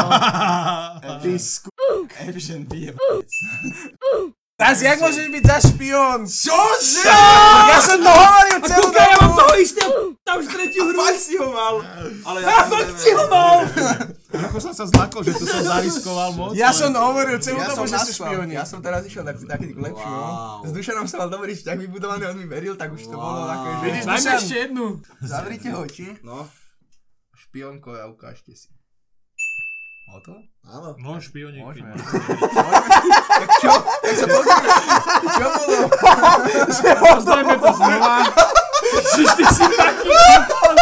Speaker 5: Ty sku...
Speaker 2: Evžen, ty je
Speaker 5: Teraz jak môžeš byť za špion?
Speaker 2: Čože?
Speaker 5: Ja som to hovoril celú
Speaker 3: Kuka, ja
Speaker 5: dobu.
Speaker 3: mám toho istého p***a už tretiu hru.
Speaker 2: Fakt si ho mal! Ale ja to neviem.
Speaker 1: Trochu som sa zlakol, že to som zariskoval moc.
Speaker 5: Ja
Speaker 1: ale-
Speaker 5: som hovoril celú
Speaker 4: Ja
Speaker 5: dobu,
Speaker 4: som
Speaker 5: že sú
Speaker 4: naslal,
Speaker 5: špioni.
Speaker 4: ja som teraz išiel taký, taký lepšiu. no. S Dušanom som mal dobrý vzťah vybudovaný, on mi veril, tak už to bolo ako, že...
Speaker 5: Vidíš,
Speaker 3: Dajme
Speaker 5: Dušan.
Speaker 3: ešte jednu.
Speaker 4: Zavrite oči,
Speaker 2: No,
Speaker 4: špionko a ukážte si. Hotovo?
Speaker 2: áno.
Speaker 1: No, špioník.
Speaker 4: Môžeme.
Speaker 5: Tak čo? Tak sa pozrieme. Čo bolo?
Speaker 3: Pozdajme to znova. Čiže ty si taký kokot.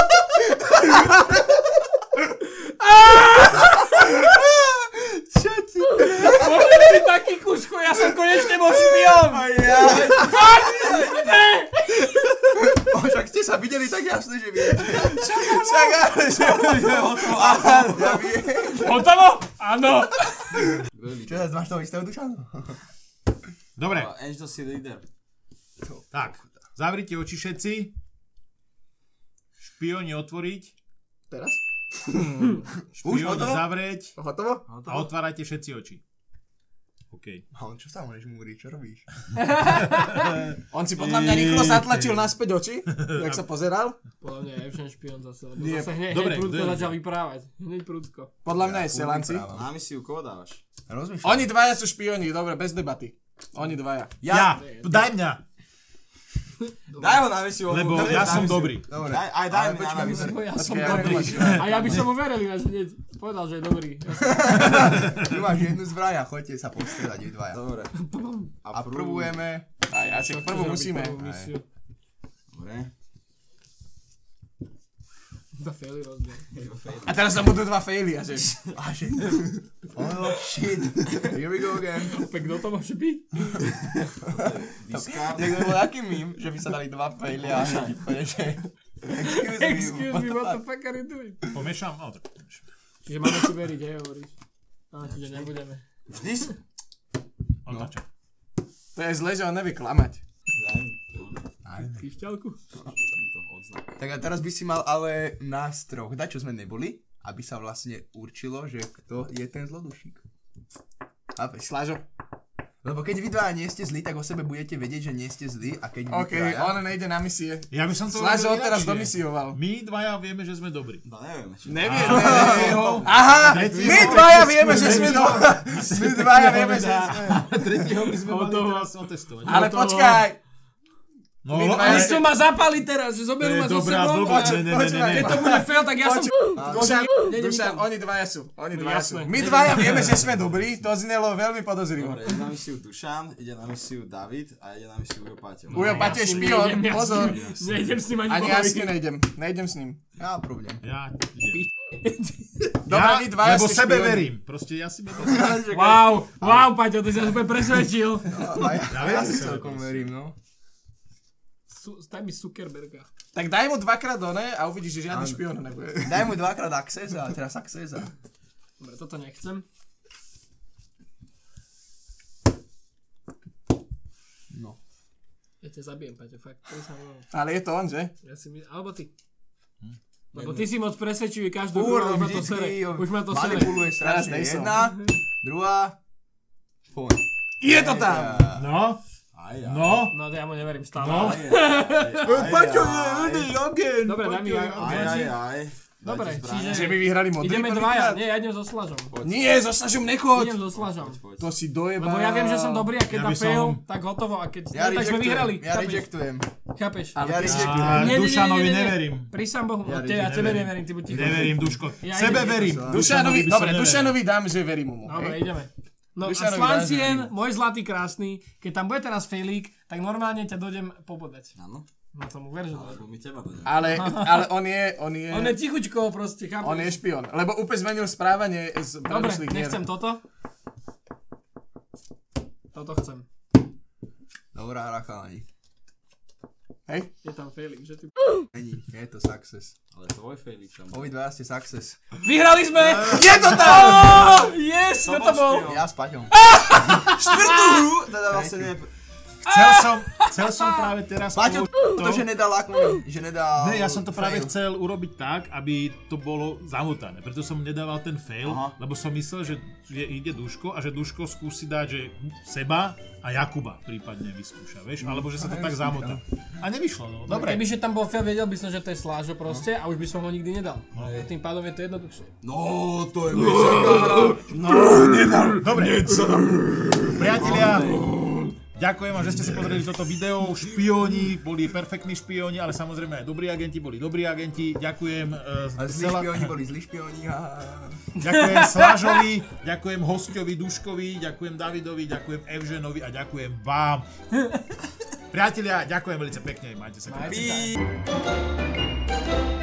Speaker 4: Čo ti?
Speaker 3: Bože, ty taký kusko, ja som konečne bol špion.
Speaker 4: No, Však ste sa videli tak jasne, že viete. Však ale, že je hotovo. Ja viem.
Speaker 3: Hotovo? Áno.
Speaker 4: Čo, teraz máš toho istého Dušanu?
Speaker 1: Dobre,
Speaker 2: Angel si líder.
Speaker 1: tak. Zavrite oči všetci. Špioni otvoriť.
Speaker 4: Teraz?
Speaker 1: Špioni
Speaker 4: hotovo?
Speaker 1: zavrieť.
Speaker 4: Hotovo?
Speaker 2: No
Speaker 1: A otvárajte všetci oči. OK.
Speaker 4: A on čo sa môžeš múriť, čo robíš?
Speaker 5: On si podľa mňa rýchlo zatlačil naspäť oči, tak sa pozeral.
Speaker 3: Podľa mňa je všem špion zase, lebo
Speaker 5: Nie,
Speaker 3: zase hneď,
Speaker 1: dobre,
Speaker 3: hneď prudko
Speaker 1: kto je-
Speaker 3: začal vyprávať. Hneď prudko.
Speaker 5: Podľa mňa je Selanci.
Speaker 2: Na misiu koho dávaš?
Speaker 4: Rozmýšľam.
Speaker 5: Oni dvaja sú špioni, dobre, bez debaty. Oni dvaja.
Speaker 1: Ja, daj mňa,
Speaker 2: Daj ho na misiu. on
Speaker 1: lebo
Speaker 2: mu-
Speaker 1: ja
Speaker 2: na
Speaker 1: som
Speaker 2: misiu.
Speaker 1: dobrý.
Speaker 4: Dobre.
Speaker 2: Daj, aj daj
Speaker 4: Ale
Speaker 2: mi
Speaker 4: počkaj,
Speaker 2: na
Speaker 4: my
Speaker 2: misiu.
Speaker 4: sme-
Speaker 3: Lebo ja som
Speaker 5: ja
Speaker 3: dobrý.
Speaker 5: neviem.
Speaker 3: A ja by som mu veril, ja hneď povedal, že je dobrý. Ja som-
Speaker 4: Tu máš jednu zbraň a choďte sa postrieľať vy dvaja.
Speaker 2: Dobre.
Speaker 4: A prvujeme.
Speaker 5: A ja si prvú musíme.
Speaker 3: Prvú misiu.
Speaker 2: Dobre.
Speaker 3: Da faily rozdiel.
Speaker 5: A teraz tam budú dva faily, a že...
Speaker 4: A že... Oh shit. Here we go again.
Speaker 3: Opäť kto to môže byť?
Speaker 2: Discard.
Speaker 5: To bol taký mím, že by sa dali dva faily a konečne.
Speaker 3: Excuse me, what the fuck are you doing?
Speaker 1: Pomiešam? No, tak pomiešam.
Speaker 3: Čiže máme si veriť, hej, hovoríš. Á, čiže nebudeme.
Speaker 2: Vždy si...
Speaker 1: Otáčam.
Speaker 5: To je zle, že on nevie klamať.
Speaker 2: Daj mi
Speaker 3: Kryšťalku?
Speaker 2: to odznak.
Speaker 4: Tak a teraz by si mal ale nás troch dať, čo sme neboli, aby sa vlastne určilo, že kto je ten zlodušník. Chápeš?
Speaker 5: Slažo.
Speaker 4: Lebo keď vy dva nie ste zlí, tak o sebe budete vedieť, že nie ste zlí a keď vy
Speaker 5: OK,
Speaker 4: traja,
Speaker 5: on nejde na misie.
Speaker 1: Ja by som to
Speaker 5: Slažo ho
Speaker 1: robil
Speaker 5: teraz
Speaker 1: inakšie.
Speaker 5: domisioval.
Speaker 1: My dvaja vieme, že sme dobrí.
Speaker 2: No neviem. či-
Speaker 5: Nevie,
Speaker 1: Á,
Speaker 5: nevie
Speaker 1: to-
Speaker 5: ho.
Speaker 1: to-
Speaker 5: Aha,
Speaker 1: Tretí-
Speaker 5: my dvaja vieme, že sme do... My dvaja vieme, že sme...
Speaker 1: Tretieho by sme mali
Speaker 3: Hotovo.
Speaker 1: teraz otestovať.
Speaker 5: Ale
Speaker 3: to-
Speaker 5: počkaj,
Speaker 1: No,
Speaker 5: my dvaja-
Speaker 3: Ale
Speaker 1: ale...
Speaker 3: čo ma zapali teraz, že
Speaker 1: To
Speaker 3: zoberú
Speaker 1: je
Speaker 3: ma zo
Speaker 1: dobrá
Speaker 3: sebou?
Speaker 1: doba,
Speaker 3: a-
Speaker 1: ne, ne, ne, ne,
Speaker 5: počúvaj,
Speaker 1: ne.
Speaker 3: Keď to bude fail, tak ja som...
Speaker 5: Dušan,
Speaker 3: Nejdem
Speaker 5: Dušan,
Speaker 3: nikam.
Speaker 5: oni dvaja sú, oni dvaja sú.
Speaker 3: No jasné.
Speaker 5: My dvaja vieme, že sme dobrí, to znelo veľmi podozrivo.
Speaker 2: Dobre,
Speaker 3: No,
Speaker 2: ide na misiu Dušan, ide na misiu David a ide na misiu Ujo Páťo.
Speaker 5: Ujo, Pate,
Speaker 3: s ním
Speaker 5: špion,
Speaker 3: nejdem, ja s
Speaker 5: pozor.
Speaker 3: ním Nejdem s ním ani
Speaker 5: Ani
Speaker 3: po
Speaker 5: ja s
Speaker 3: ulici.
Speaker 5: ním nejdem, nejdem s ním.
Speaker 4: Ja prúbnem.
Speaker 1: Ja, idem.
Speaker 5: Dobre,
Speaker 1: ja,
Speaker 5: vy dvaja
Speaker 1: lebo
Speaker 5: ste
Speaker 1: sebe
Speaker 5: špioni.
Speaker 1: verím. Proste ja si verím.
Speaker 3: Wow, wow, Paťo, ty si nás úplne presvedčil.
Speaker 4: No, A ja,
Speaker 1: Ja
Speaker 4: ja,
Speaker 1: viem,
Speaker 4: ja
Speaker 1: že
Speaker 4: si
Speaker 1: sa
Speaker 4: celkom
Speaker 1: vedel.
Speaker 4: verím, no.
Speaker 3: Su- Daj mi Zuckerberga.
Speaker 5: Tak daj mu dvakrát one a uvidíš, že žiadny špion nebude.
Speaker 4: Daj mu dvakrát access a teraz access a...
Speaker 3: Dobre, toto nechcem.
Speaker 4: No.
Speaker 3: Ja ťa zabijem, Paťo, fakt. Prísam, no.
Speaker 5: Ale je to on, že?
Speaker 3: Ja si my... Alebo ty. Lebo ty si moc presvedčivý každú
Speaker 4: Fúr,
Speaker 3: hru, už
Speaker 4: on
Speaker 3: ma to sere.
Speaker 4: Hm? vždycky on
Speaker 3: Už ma to sere.
Speaker 4: manipuluje strašne.
Speaker 5: nejsem.
Speaker 4: Jedna, druhá, poň.
Speaker 5: Je to tam!
Speaker 1: No,
Speaker 4: Aj, aj.
Speaker 1: no,
Speaker 3: No ja mu neverím stále.
Speaker 1: No.
Speaker 3: ale-
Speaker 4: Paťo, ľudí, ogen!
Speaker 3: Dobre, daj mi aj...
Speaker 4: Aj, aj, aj.
Speaker 3: Dobre,
Speaker 5: Že
Speaker 3: čiže
Speaker 5: by vyhrali modrý
Speaker 3: ideme
Speaker 5: prvýkrát?
Speaker 3: dvaja. Nie, ja idem so slažom.
Speaker 5: Nie, so Sažom nechoď!
Speaker 3: Idem so slažom.
Speaker 5: To si dojebal.
Speaker 3: Lebo ja viem, že som dobrý a
Speaker 1: Ja
Speaker 3: keď dá
Speaker 1: by som-
Speaker 3: fail, tak hotovo a keď...
Speaker 4: Ja
Speaker 3: no, tak sme
Speaker 4: rejectujem,
Speaker 3: vyhrali.
Speaker 4: Ja
Speaker 3: chápeš?
Speaker 4: rejectujem.
Speaker 3: Chápeš?
Speaker 4: Ja rejectujem.
Speaker 1: a
Speaker 3: Nie, nie, nie, nie,
Speaker 1: Dušanovi
Speaker 3: nie, nie.
Speaker 1: neverím.
Speaker 3: Prísam Bohu, ja tebe, ja tebe neverím, ty buď ticho.
Speaker 1: Neverím, Duško.
Speaker 3: Ja
Speaker 1: Sebe
Speaker 3: idem.
Speaker 1: verím. by
Speaker 5: Dušanovi,
Speaker 1: som
Speaker 5: dobre,
Speaker 1: neveril.
Speaker 5: Dušanovi dám, že verím mu.
Speaker 3: Dobre,
Speaker 5: hej?
Speaker 3: ideme. No a
Speaker 5: Dušanovi
Speaker 3: Slancien, môj zlatý krásny, keď tam bude teraz failík, tak normálne ťa dojdem pobodať.
Speaker 2: Áno,
Speaker 3: No tomu ver, že dojdem.
Speaker 2: lebo my teba dodám.
Speaker 5: Ale, ale on je, on je,
Speaker 3: On je tichučko proste, chápeš?
Speaker 5: on je špion. Lebo úplne zmenil správanie z
Speaker 3: Dobre,
Speaker 5: predošlých hier.
Speaker 1: no.
Speaker 3: nechcem toto. Toto chcem.
Speaker 4: Dobrá hra, chalani.
Speaker 5: Hej?
Speaker 3: Je tam failing, že ty...
Speaker 4: Není, je to success.
Speaker 2: Ale tvoj Felix tam bol.
Speaker 4: Obidva ste success.
Speaker 3: Vyhrali sme!
Speaker 5: Je to tam!
Speaker 3: Oh, yes, kto to bol?
Speaker 4: Ja s Paťom.
Speaker 2: Štvrtú hru! Teda vlastne ne...
Speaker 1: Chcel som, chcel som práve teraz...
Speaker 4: Paťo,
Speaker 1: urobiť
Speaker 4: to, že nedal ako že nedal...
Speaker 1: Ne, ja som to práve
Speaker 4: fail.
Speaker 1: chcel urobiť tak, aby to bolo zamotané. Preto som nedával ten fail,
Speaker 4: Aha.
Speaker 1: lebo som myslel, že je, ide Duško a že Duško skúsi dať že seba a Jakuba prípadne vyskúša,
Speaker 4: Mm,
Speaker 1: vieš? Alebo že sa to tak zamotá. A nevyšlo, no. Dobre.
Speaker 3: Kebyže tam bol fail, vedel by som, že to je slážo proste a už by som ho nikdy nedal. A tým pádom je to jednoduchšie.
Speaker 4: No, to je vysoká hra.
Speaker 1: Dobre. Priatelia, Ďakujem vám, že ste si pozreli toto video. Špióni boli perfektní špióni, ale samozrejme aj dobrí agenti boli dobrí agenti. Ďakujem eh,
Speaker 4: A zlí
Speaker 1: celá-
Speaker 4: špioni boli zlí špioni. a-
Speaker 1: Ďakujem Slažovi, ďakujem hostovi Duškovi, ďakujem Davidovi, ďakujem Evženovi a ďakujem vám. Priatelia, ďakujem veľmi pekne, majte sa krásne.
Speaker 3: Majte sa.